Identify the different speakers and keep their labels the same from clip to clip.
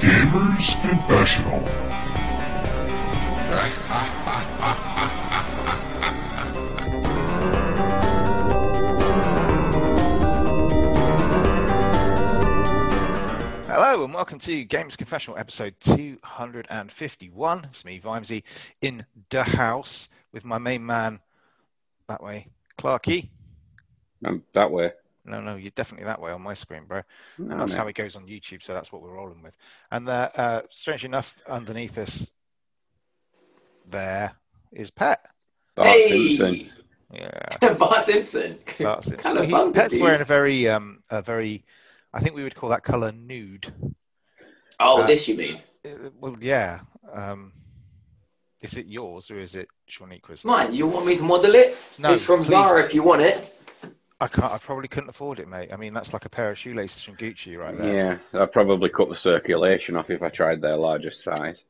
Speaker 1: Tim's Confessional.
Speaker 2: Hello and welcome to Games Confessional episode 251. It's me, Vimesy, in the house with my main man that way, Clarky.
Speaker 3: Um, that way.
Speaker 2: No, no, you're definitely that way on my screen, bro.
Speaker 3: Oh, No,
Speaker 2: That's
Speaker 3: mate.
Speaker 2: how it goes on YouTube, so that's what we're rolling with. And uh, uh, strangely enough, underneath us, there is Pet.
Speaker 3: Bart
Speaker 4: Hey!
Speaker 3: Simpson.
Speaker 2: Yeah.
Speaker 4: Bart Simpson.
Speaker 2: That's it.
Speaker 4: Colour
Speaker 2: He-
Speaker 4: fun,
Speaker 2: Pet's
Speaker 4: dude.
Speaker 2: wearing a very, um, a very, I think we would call that color nude.
Speaker 4: Oh,
Speaker 2: Uh,
Speaker 4: this you mean?
Speaker 2: Uh, well, yeah. Um, is it yours or is it Sean
Speaker 4: It's
Speaker 2: Quizlet?
Speaker 4: mine. You want me to model it?
Speaker 2: No,
Speaker 4: it's from
Speaker 2: please.
Speaker 4: Zara if you want it.
Speaker 2: I can't. I probably couldn't afford it, mate. I mean, that's like a pair of shoelaces from Gucci, right there.
Speaker 3: Yeah, I'd probably cut the circulation off if I tried their largest size.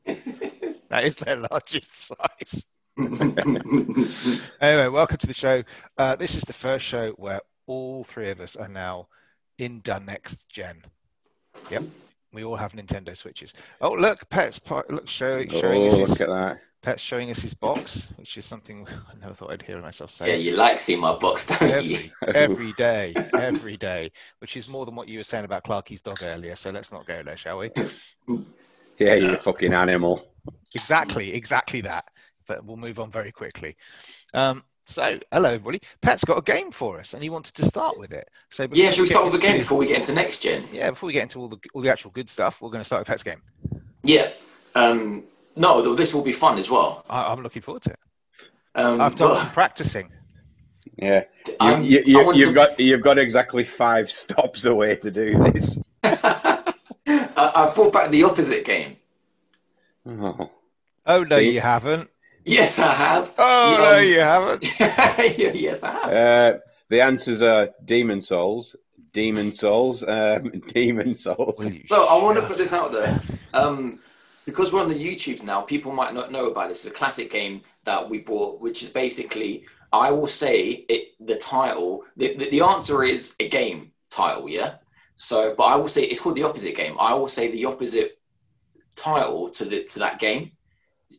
Speaker 2: That is their largest size.
Speaker 4: That's
Speaker 2: Anyway, welcome to the show. Uh, this is the first show where all three of us are now in the next gen. Yep, we all have Nintendo Switches. Oh, look, Pet's po- look show, showing
Speaker 3: oh,
Speaker 2: us his
Speaker 3: look at that.
Speaker 2: Pet's showing us his box, which is something I never thought I'd hear myself say.
Speaker 4: yeah, you like seeing my box, don't you?
Speaker 2: Every, every day, every day, which is more than what you were saying about Clarky's dog earlier. So let's not go there, shall we?
Speaker 3: Yeah, you're a fucking animal.
Speaker 2: Exactly, exactly that. But we'll move on very quickly. Um, so, hello everybody. Pet's got a game for us, and he wanted to start with it. So, before
Speaker 4: Yeah, should we start with a
Speaker 2: get
Speaker 4: game
Speaker 2: into-
Speaker 4: before we get into next gen?
Speaker 2: Yeah, before we get into all the all the actual good stuff, we're going to start with Pet's game.
Speaker 4: Yeah. Um, no, th- this will be fun as well.
Speaker 2: I, I'm looking forward to it.
Speaker 4: Um,
Speaker 2: I've done
Speaker 4: but
Speaker 2: some practicing.
Speaker 3: Yeah, you,
Speaker 4: I'm-
Speaker 3: you,
Speaker 4: I
Speaker 3: you,
Speaker 4: want
Speaker 3: you've
Speaker 4: to-
Speaker 3: got you've got exactly five stops away to do this.
Speaker 4: I, I brought back the opposite game.
Speaker 3: Oh,
Speaker 2: Oh no,
Speaker 3: See?
Speaker 2: you haven't.
Speaker 4: Yes, I have.
Speaker 2: Oh
Speaker 4: Yeah,
Speaker 2: no,
Speaker 4: um,
Speaker 2: you haven't.
Speaker 4: yes, I have.
Speaker 3: uh, the answers are Demon Souls, Demon Souls, um, Demon Souls.
Speaker 2: Will you
Speaker 4: Look, I want to
Speaker 2: shut
Speaker 4: put this out there. Um, because we're on the YouTube now, people might not know about this. It's a classic game that we bought, which is basically, I will say it, the title, the, the, the answer is a game title, yeah? So, but I will say it's called the opposite game. I will say the opposite title to the to that game.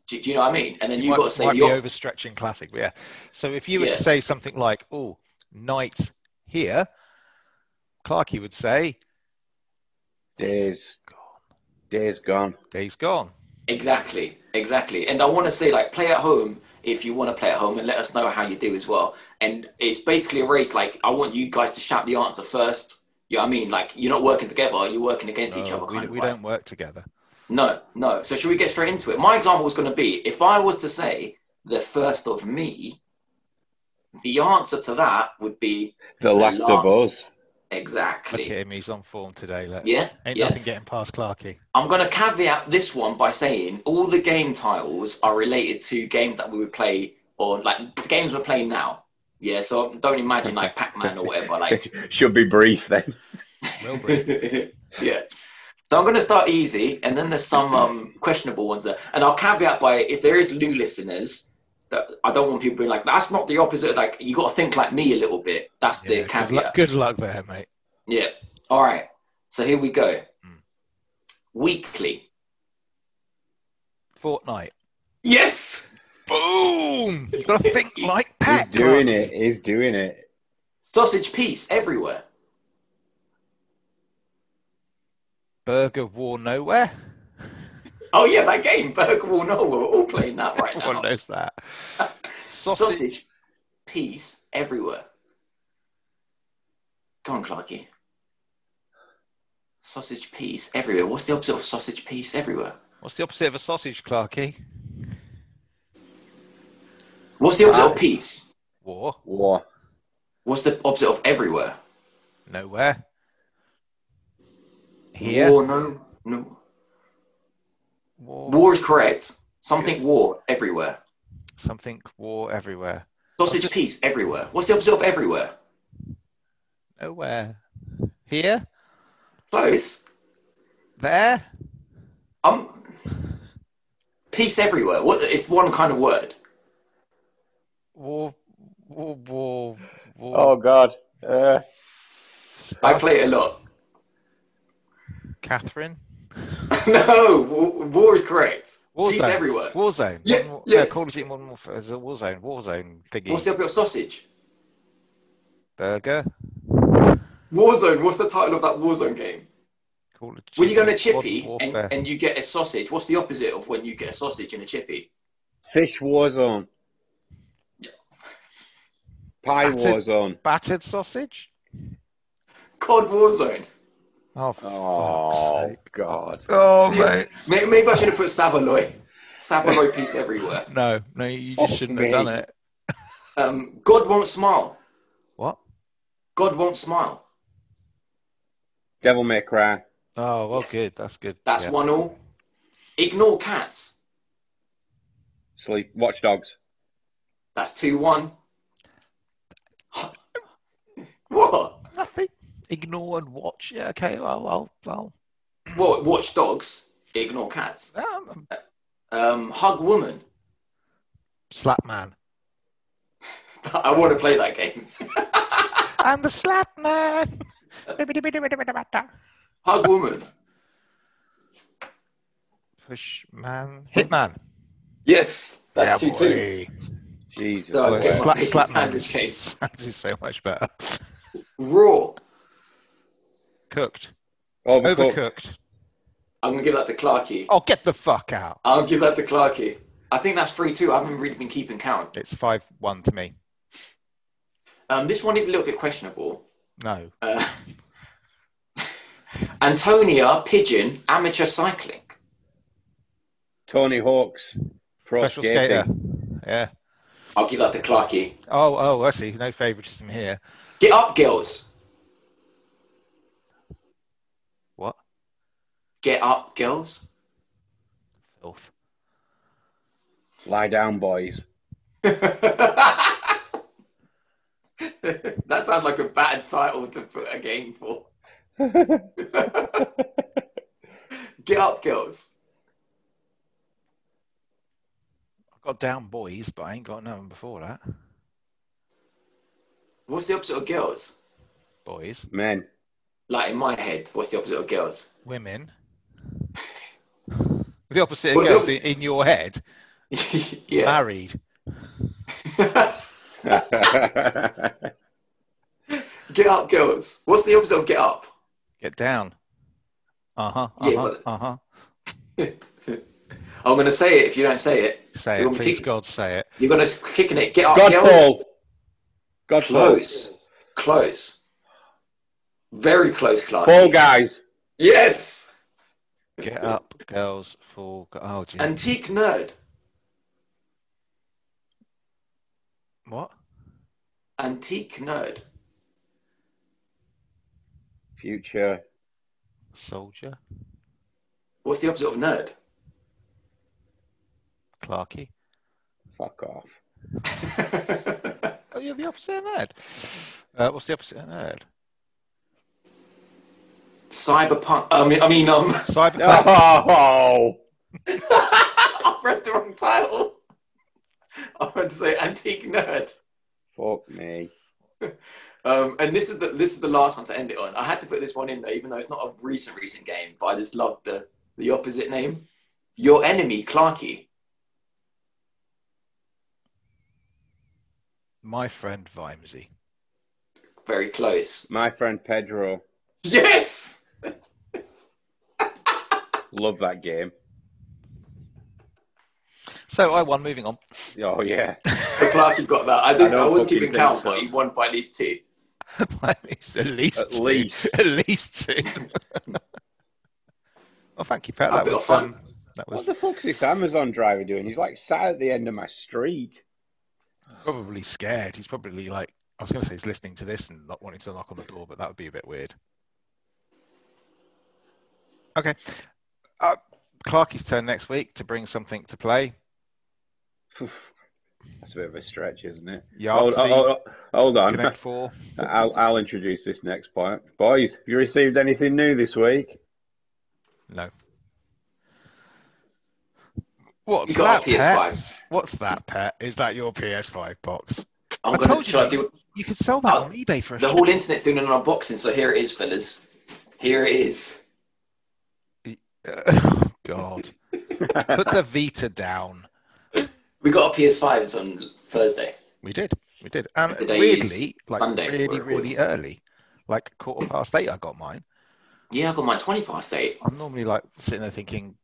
Speaker 4: Do, do you know what I mean? And then you
Speaker 2: might,
Speaker 4: have got to say
Speaker 2: might
Speaker 4: the
Speaker 2: be
Speaker 4: op-
Speaker 2: overstretching classic, but yeah. So if you were
Speaker 4: Yeah.
Speaker 2: to say something like, "Oh, nights here," Clarky would say,
Speaker 3: Days,
Speaker 2: "Gone,
Speaker 3: days gone.
Speaker 2: days gone."
Speaker 4: Exactly, exactly. And I want to say, like, play at home if you want to play at home, and let us know how you do as well. And it's basically a race. Like, I want you guys to shout the answer first. You know what I mean? Like, you're not working together; you're working against each
Speaker 2: No,
Speaker 4: other.
Speaker 2: Uh, we
Speaker 4: kind of
Speaker 2: we
Speaker 4: way.
Speaker 2: don't work together.
Speaker 4: No, no. So should we get straight into it? My example was going to be if I was to say the first of me, the answer to that would be
Speaker 3: The last, of
Speaker 4: last.
Speaker 3: us.
Speaker 4: exactly.
Speaker 2: Look at him; he's on form today. Look.
Speaker 4: Yeah,
Speaker 2: Ain't
Speaker 4: yeah.
Speaker 2: nothing getting past Clarky.
Speaker 4: I'm going to caveat this one by saying all the game titles are related to games that we would play or like the games we're playing now. Yeah, so don't imagine like Pac-Man or whatever. Like,
Speaker 3: Should be brief then.
Speaker 2: Well, Brit,
Speaker 4: yeah. So I'm going to start easy, and then there's some um, questionable ones there. And I'll caveat by if there is new listeners that I don't want people being like, that's not the opposite. Like, you got to think like me a little bit. That's
Speaker 2: yeah,
Speaker 4: the
Speaker 2: good,
Speaker 4: caveat.
Speaker 2: luck, good luck there, mate.
Speaker 4: Yeah. All right. So here we go.
Speaker 2: Mm.
Speaker 4: Weekly.
Speaker 2: Fortnite.
Speaker 4: Yes.
Speaker 2: Boom! You've got to think like
Speaker 3: He's
Speaker 2: Pat.
Speaker 3: doing
Speaker 2: Clarky.
Speaker 3: it. He's doing it.
Speaker 4: Sausage piece everywhere.
Speaker 2: Burger War Nowhere.
Speaker 4: Oh yeah, that game, Burger War No, we're all playing that right
Speaker 2: Everyone
Speaker 4: now.
Speaker 2: knows that.
Speaker 4: Sausage.
Speaker 2: Sausage.
Speaker 4: piece everywhere. Go on, Clarky. Sausage piece everywhere. What's the opposite of sausage piece everywhere?
Speaker 2: What's the opposite of a sausage, Clarky?
Speaker 4: What's the opposite
Speaker 3: Ah.
Speaker 4: of piece?
Speaker 2: War.
Speaker 3: War.
Speaker 4: What's the opposite of everywhere?
Speaker 2: Nowhere. Here.
Speaker 4: War no no.
Speaker 2: War.
Speaker 4: War is correct. Something war everywhere.
Speaker 2: Something war everywhere.
Speaker 4: Sausage piece everywhere. What's the opposite of everywhere?
Speaker 2: Nowhere. Here.
Speaker 4: Close.
Speaker 2: There.
Speaker 4: Um Piece everywhere. What it's one kind of word.
Speaker 2: War. War. War. war
Speaker 3: Oh God. Uh,
Speaker 4: I
Speaker 2: stuff.
Speaker 4: play it a lot.
Speaker 2: Catherine.
Speaker 4: no, war, war is correct. Peace
Speaker 2: Warzone.
Speaker 4: everywhere.
Speaker 2: Warzone.
Speaker 4: Yeah,
Speaker 2: Modern War-
Speaker 4: yes.
Speaker 2: No, uh, Call of Duty Modern Warfare is a Warzone. Warzone thingy.
Speaker 4: What's the bit of sausage?
Speaker 2: Burger.
Speaker 4: Warzone. What's the title of that Warzone game?
Speaker 2: Call of
Speaker 4: When you go in a
Speaker 2: Duty, Modern
Speaker 4: chippy and,
Speaker 2: Warfare.
Speaker 4: and you get a sausage, what's the opposite of when you get a sausage in a chippy?
Speaker 3: Fish Warzone. Pie
Speaker 2: That's it.
Speaker 3: Warzone.
Speaker 2: Battered sausage?
Speaker 4: Cod Warzone.
Speaker 2: Oh, fuck's
Speaker 3: Oh,
Speaker 2: sake.
Speaker 3: God.
Speaker 2: Oh,
Speaker 4: mate. May- Maybe I should have put Savaloy. Savaloy piece everywhere.
Speaker 2: No, no, you just
Speaker 3: Oh,
Speaker 2: shouldn't
Speaker 3: mate.
Speaker 2: have done it.
Speaker 4: Um, God won't smile.
Speaker 2: What?
Speaker 4: God won't smile.
Speaker 3: Devil May Cry.
Speaker 2: Oh, well,
Speaker 4: Yes.
Speaker 2: good. That's good.
Speaker 4: That's
Speaker 2: Yeah.
Speaker 4: one all. Ignore cats.
Speaker 3: Sleep. Watch Dogs.
Speaker 4: That's two one. what?
Speaker 2: Nothing. Ignore and watch. Yeah, okay. Well, I'll. I'll
Speaker 4: What? Watch dogs. Ignore cats.
Speaker 2: um,
Speaker 4: Um, hug woman.
Speaker 2: slap man.
Speaker 4: I want to play that game.
Speaker 2: I'm the slap man.
Speaker 4: hug woman.
Speaker 2: Push man. Hitman.
Speaker 4: Yes, that's two two.
Speaker 2: boy.
Speaker 3: Jesus.
Speaker 4: So I
Speaker 2: Well,
Speaker 4: Okay.
Speaker 3: Christ.
Speaker 2: slap,
Speaker 4: It's
Speaker 2: slap man
Speaker 4: sandwich
Speaker 2: is,
Speaker 4: case.
Speaker 2: sounds is so much better.
Speaker 4: Raw.
Speaker 2: Cooked.
Speaker 3: Overcooked.
Speaker 2: Overcooked.
Speaker 4: I'm gonna give that to Clarky.
Speaker 2: Oh, get the fuck out.
Speaker 4: I'll give that to Clarky. I think that's three two. I haven't really been keeping count.
Speaker 2: It's 5 1 to me.
Speaker 4: Um, this one is a little bit questionable.
Speaker 2: No.
Speaker 4: Uh, Antonia Pigeon amateur cycling.
Speaker 3: Tony Hawk's. Pro
Speaker 2: Professional
Speaker 3: skating.
Speaker 2: skater. Yeah.
Speaker 4: I'll give that to Clarky.
Speaker 2: Oh, oh, I see. No favoritism here.
Speaker 4: Get up, girls.
Speaker 2: What?
Speaker 4: Get up, girls.
Speaker 2: Filth.
Speaker 3: Lie down, boys.
Speaker 4: that sounds like a bad title to put a game for. Get up, girls.
Speaker 2: I've got down boys, but I ain't got nothing before that.
Speaker 4: What's the opposite of girls?
Speaker 2: Boys.
Speaker 3: Men.
Speaker 4: Like in my head, what's the opposite of girls?
Speaker 2: Women. the opposite of
Speaker 4: What's the
Speaker 2: girls
Speaker 4: opposite?
Speaker 2: in your head.
Speaker 4: yeah.
Speaker 2: Married.
Speaker 3: Get
Speaker 4: Get up, girls. What's the opposite of get up?
Speaker 2: Get down. Uh huh. Uh
Speaker 4: Yeah,
Speaker 2: huh.
Speaker 4: but-
Speaker 2: Uh huh.
Speaker 4: I'm going to say it if you don't say it.
Speaker 2: Say
Speaker 4: You
Speaker 2: it.
Speaker 4: want me
Speaker 2: Please,
Speaker 4: to-
Speaker 2: God, say it.
Speaker 4: You're going to kick in it. Get up, girls.
Speaker 3: Godfall. Godfall.
Speaker 4: Close. Close. Very close, Clark.
Speaker 3: Fall Guys.
Speaker 4: Yes.
Speaker 2: Get up, girls. For. Oh, gee.
Speaker 4: Antique nerd.
Speaker 2: what?
Speaker 4: Antique nerd.
Speaker 3: Future.
Speaker 2: Soldier.
Speaker 4: What's the opposite of nerd?
Speaker 2: Clarky.
Speaker 3: Fuck off.
Speaker 2: Oh, you're the opposite of nerd. Uh, what's the opposite of nerd?
Speaker 4: Cyberpunk. I mean, I mean, um,
Speaker 2: Cyberpunk.
Speaker 3: Oh.
Speaker 4: I read the wrong title. I meant to say antique nerd.
Speaker 3: Fuck me.
Speaker 4: Um, and this is the this is the last one to end it on. I had to put this one in there, even though it's not a recent recent game, but I just love the the opposite name. Your enemy, Clarky.
Speaker 2: My friend Vimesy.
Speaker 4: Very close.
Speaker 3: My friend Pedro.
Speaker 4: Yes.
Speaker 3: Love that game.
Speaker 2: So I won. Moving on.
Speaker 3: Oh, yeah.
Speaker 4: But Clarky got that. I didn't.
Speaker 3: I
Speaker 4: I,
Speaker 3: don't
Speaker 4: wasn't
Speaker 3: fucking
Speaker 4: keeping
Speaker 3: think
Speaker 4: count,
Speaker 3: so.
Speaker 4: but he won by at least two.
Speaker 2: at least, at least,
Speaker 3: At
Speaker 2: two.
Speaker 3: least.
Speaker 2: at least two. well, thank you, Pat.
Speaker 4: A
Speaker 2: That
Speaker 4: bit
Speaker 2: was
Speaker 4: of fun.
Speaker 2: um, that
Speaker 3: What
Speaker 2: was
Speaker 3: the fuck's this Amazon driver doing? He's like sat at the end of my street.
Speaker 2: probably scared. He's probably like, I was going to say he's listening to this and not wanting to knock on the door, but that would be a bit weird. Okay, uh, Clarky's turn next week to bring something to play.
Speaker 3: Phew. That's a bit of a stretch, isn't it? Hold,
Speaker 2: Yahtzee,
Speaker 3: hold, hold on.
Speaker 2: Connect Four.
Speaker 3: I'll, I'll introduce this next point. Boys, have you received anything new this week?
Speaker 2: No. What's
Speaker 4: You got
Speaker 2: that,
Speaker 4: a
Speaker 2: Pet?
Speaker 4: PS5.
Speaker 2: What's that, Pet? Is that your PS5 box?
Speaker 4: I'm
Speaker 2: I
Speaker 4: gonna,
Speaker 2: told you
Speaker 4: shall I
Speaker 2: that.
Speaker 4: do
Speaker 2: You could sell that
Speaker 4: Oh,
Speaker 2: on eBay for a
Speaker 4: the whole internet's doing an unboxing, so here it is, fellas. Here it is.
Speaker 2: oh, God, put the Vita down.
Speaker 4: We got a PS5s on Thursday.
Speaker 2: We did, we did, and
Speaker 4: Today
Speaker 2: weirdly, like
Speaker 4: Monday,
Speaker 2: really,
Speaker 4: we're recording.
Speaker 2: really early, like quarter past eight. I got mine.
Speaker 4: Yeah, I got my 20 past eight.
Speaker 2: I'm normally like sitting there thinking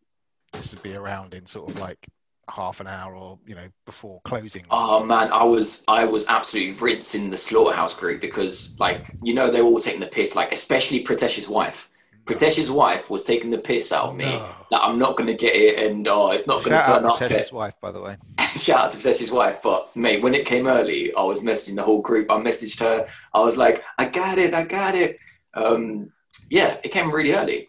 Speaker 2: this would be around in sort of like half an hour or you know before closing.
Speaker 4: Oh man, I was I was absolutely rinsing the slaughterhouse group because like you know they were all taking the piss, like especially Pratesh's wife. Pratesh's wife was taking the piss out of me.
Speaker 2: No.
Speaker 4: That I'm not gonna get it and oh it's not gonna
Speaker 2: Shout out
Speaker 4: turn up.
Speaker 2: Matesh's wife, by the way.
Speaker 4: shout out to Poteshi's wife, but mate, when it came early, I was messaging the whole group. I messaged her. I was like, I got it, I got it. Um, yeah, it came really early.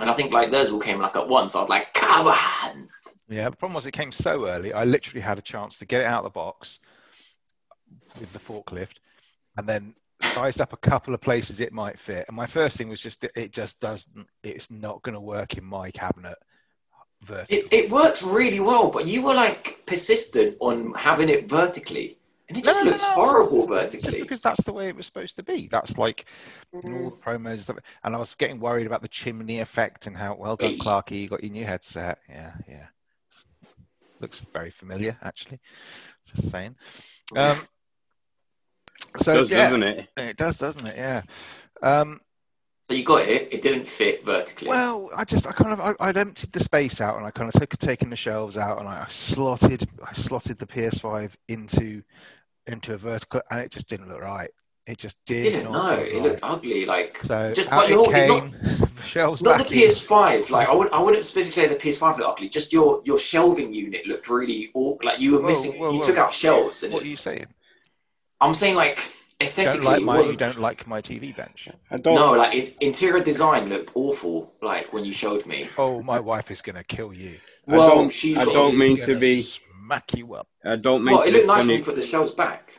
Speaker 4: And I think like theirs all came like at once. I was like, come on.
Speaker 2: Yeah, the problem was it came so early. I literally had a chance to get it out of the box with the forklift, and then sized up a couple of places it might fit. And my first thing was just that it just doesn't. It's not going to work in my cabinet. Vertical.
Speaker 4: It, it works really well, but you were like persistent on having it vertically. And it
Speaker 2: No,
Speaker 4: just
Speaker 2: no,
Speaker 4: looks
Speaker 2: no, it's
Speaker 4: horrible
Speaker 2: just- it's Just
Speaker 4: vertically. Mm.
Speaker 2: because that's the way it was supposed to be. That's like in all the promos and stuff. And I was getting worried about the chimney effect and how well done,
Speaker 4: Hey.
Speaker 2: Clarky. You got your new headset. Yeah, yeah. Looks very familiar, actually. Just saying. Um, so
Speaker 3: does,
Speaker 2: yeah,
Speaker 3: doesn't it?
Speaker 2: it does, doesn't it? Yeah. Um,
Speaker 4: So you got it, it didn't fit vertically.
Speaker 2: well, I just, I kind of, I, I'd emptied the space out, and I kind of took taken the shelves out, and I, I slotted, I slotted the PS5 into, into a vertical, and it just didn't look right. It just did
Speaker 4: didn't
Speaker 2: not
Speaker 4: know.
Speaker 2: look
Speaker 4: It
Speaker 2: right.
Speaker 4: looked ugly. Like
Speaker 2: so
Speaker 4: just
Speaker 2: out
Speaker 4: like
Speaker 2: it
Speaker 4: you're, you're
Speaker 2: came,
Speaker 4: not,
Speaker 2: the shelves
Speaker 4: Not
Speaker 2: back
Speaker 4: the
Speaker 2: in.
Speaker 4: PS5. Like I wouldn't, I wouldn't specifically say the PS5 looked ugly. Just your your shelving unit looked really aw- like you were
Speaker 2: Whoa,
Speaker 4: missing.
Speaker 2: whoa,
Speaker 4: you
Speaker 2: whoa.
Speaker 4: took out shelves, and
Speaker 2: What
Speaker 4: it,
Speaker 2: are you saying?
Speaker 4: I'm saying like
Speaker 2: You don't
Speaker 4: aesthetically,
Speaker 2: like
Speaker 4: it
Speaker 2: my, you
Speaker 4: wasn't.
Speaker 2: don't like my TV bench.
Speaker 3: I don't.
Speaker 4: No, like it, interior design looked awful. Like when you showed me.
Speaker 2: Oh, my wife is gonna kill you.
Speaker 3: I
Speaker 4: Well,
Speaker 3: don't-
Speaker 4: she's
Speaker 3: I
Speaker 4: got
Speaker 3: don't
Speaker 2: She's
Speaker 4: these-
Speaker 3: mean to
Speaker 2: gonna
Speaker 3: be-
Speaker 2: smack you up.
Speaker 3: I don't mean
Speaker 4: Well,
Speaker 3: to
Speaker 4: it
Speaker 3: be
Speaker 4: looked nice when
Speaker 3: funny,
Speaker 4: you put the shelves back.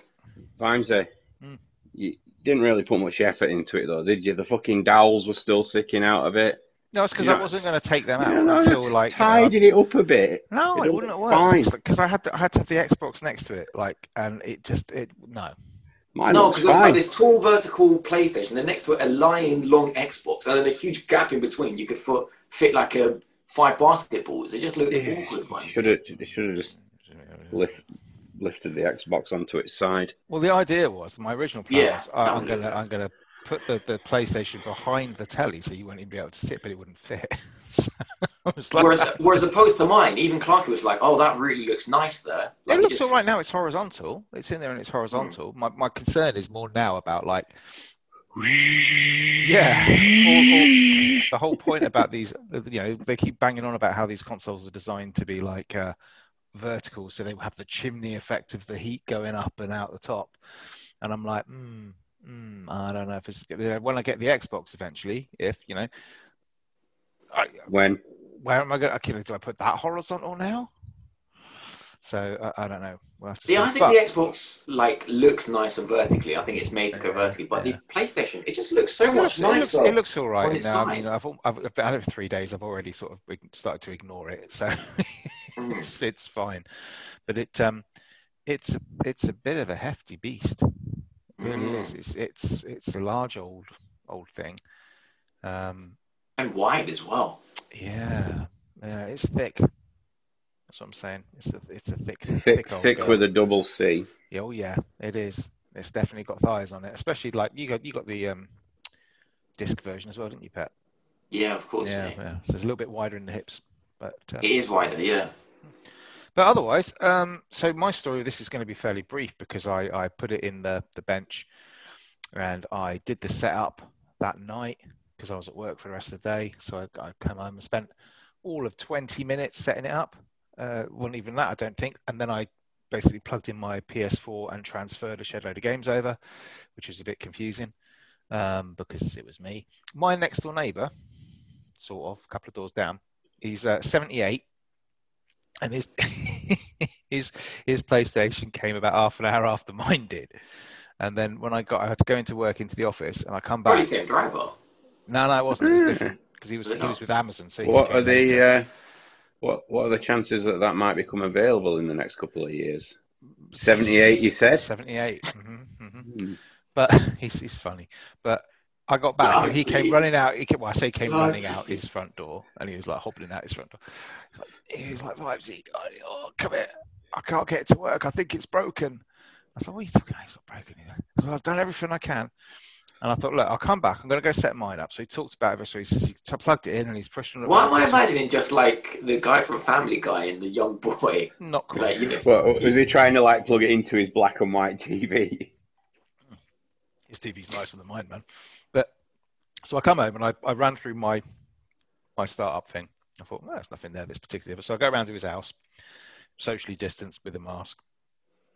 Speaker 3: Vimesy.
Speaker 2: Mm.
Speaker 3: You didn't really put much effort into it, though, did you? The fucking dowels were still sticking out of it.
Speaker 2: No, it's because
Speaker 3: You
Speaker 2: I
Speaker 3: know,
Speaker 2: wasn't gonna take them
Speaker 3: You
Speaker 2: out
Speaker 3: know, no,
Speaker 2: until
Speaker 3: just
Speaker 2: like you know, I-
Speaker 3: tidied it up a bit.
Speaker 2: No,
Speaker 3: It
Speaker 2: it
Speaker 3: all
Speaker 2: wouldn't have
Speaker 3: looked
Speaker 2: worked
Speaker 3: fine.
Speaker 2: because I had to, I had to have the Xbox next to it, like, and it just it no.
Speaker 3: Mine
Speaker 4: no,
Speaker 3: no, looks
Speaker 4: because it was
Speaker 3: fine.
Speaker 4: like this tall vertical PlayStation, then next to it a lying long Xbox, and then a huge gap in between. You could fit fit like a five basketballs. It just looked
Speaker 3: Yeah.
Speaker 4: awkward. man.
Speaker 3: Should have, should have just lift, lifted the Xbox onto its side.
Speaker 2: Well, the idea was my original plan
Speaker 4: Yeah,
Speaker 2: was I,
Speaker 4: that
Speaker 2: I'm
Speaker 4: would
Speaker 2: gonna
Speaker 4: have-
Speaker 2: I'm gonna put the, the PlayStation behind the telly so you wouldn't even be able to sit, but it wouldn't fit. so I was like,
Speaker 4: Whereas, whereas opposed to mine, even Clarky was like, "Oh, that really looks nice there." Like,
Speaker 2: it looks
Speaker 4: just-
Speaker 2: all right now. It's horizontal. It's in there and it's horizontal. My my concern is more now about like yeah, all- all- the whole point about these. You know, they keep banging on about how these consoles are designed to be like uh, vertical, so they have the chimney effect of the heat going up and out the top. And I'm like, hmm, mm, I don't know if it's you know, when I get the Xbox eventually. If you know, I,
Speaker 3: When
Speaker 2: where am I going? Okay, do I put that horizontal now? So uh, I don't know. We'll have to see.
Speaker 4: Yeah, I think
Speaker 2: But-
Speaker 4: the Xbox like looks nice and vertically. I think it's made to go
Speaker 2: Yeah,
Speaker 4: vertically, but
Speaker 2: yeah.
Speaker 4: the PlayStation, it just looks so
Speaker 2: It
Speaker 4: much
Speaker 2: looks, it looks,
Speaker 4: nicer.
Speaker 2: it looks all
Speaker 4: on
Speaker 2: right
Speaker 4: its
Speaker 2: now. I
Speaker 4: side.
Speaker 2: mean, I've, al- I've, I've been out of it three days. I've already sort of started to ignore it, so
Speaker 4: Mm.
Speaker 2: it's it's fine. But it um, it's a, it's a bit of a hefty beast. It really
Speaker 4: Mm.
Speaker 2: is. It's it's it's a large old old thing. Um,
Speaker 4: and wide as well.
Speaker 2: yeah, yeah, it's thick. That's what I'm saying. It's a it's a thick
Speaker 3: thick,
Speaker 2: old
Speaker 3: thick
Speaker 2: girl.
Speaker 3: with a double C.
Speaker 2: Yeah, oh yeah, it is. It's definitely got thighs on it, especially like you got you got the um, disc version as well, didn't you, Pet?
Speaker 4: Yeah, of course.
Speaker 2: Yeah,
Speaker 4: mate.
Speaker 2: yeah. So it's a little bit wider in the hips, but uh,
Speaker 4: It is wider. Yeah.
Speaker 2: but otherwise, um, so my story. This is going to be fairly brief because I I put it in the the bench, and I did the setup that night because I was at work for the rest of the day. So I, I came home and spent all of twenty minutes setting it up. Uh, wasn't even that, I don't think. And then I basically plugged in my PS4 and transferred a shed load of games over, which was a bit confusing um, because it was me. My next door neighbour, sort of, a couple of doors down, he's uh, 78, and his his his PlayStation came about half an hour after mine did. And then when I got, I had to go into work into the office, and I come
Speaker 4: Probably
Speaker 2: back.
Speaker 4: same driver.
Speaker 2: No, no, it wasn't. It was
Speaker 3: Yeah.
Speaker 2: different because he was he was with Amazon, so he's
Speaker 3: What
Speaker 2: came
Speaker 3: are the
Speaker 2: later.
Speaker 3: uh, what What are the chances that that might become available in the next couple of years? Seventy-eight, uh, you said.
Speaker 2: 78 mhm, mhm.
Speaker 3: Hmm.
Speaker 2: but he's he's funny. But I got back
Speaker 4: Oh,
Speaker 2: and he came
Speaker 4: geez.
Speaker 2: running out. He came, well, I say came
Speaker 4: Oh,
Speaker 2: running out
Speaker 4: geez.
Speaker 2: his front door and he was like hobbling out his front door. He's like- He was like, Vibesy, oh, oh, come here. I can't get it to work. I think it's broken. I said, what are you talking about? It's not broken. He goes, well, I've done everything I can. And I thought, look, I'll come back. I'm going to go set mine up. So he talked about it. So he, says he t- plugged it in and he's pushing it.
Speaker 4: Why am
Speaker 2: around.
Speaker 4: I
Speaker 2: It's just
Speaker 4: imagining just like the guy from Family Guy and the young boy?
Speaker 2: Not quite.
Speaker 4: Like, you know,
Speaker 3: Well, was he trying to like plug it into his black and white TV?
Speaker 2: his TV's nicer than mine, man. But so I come home and I, I ran through my my startup thing. I thought, well, there's nothing there that's particularly. So I go around to his house, socially distanced with a mask.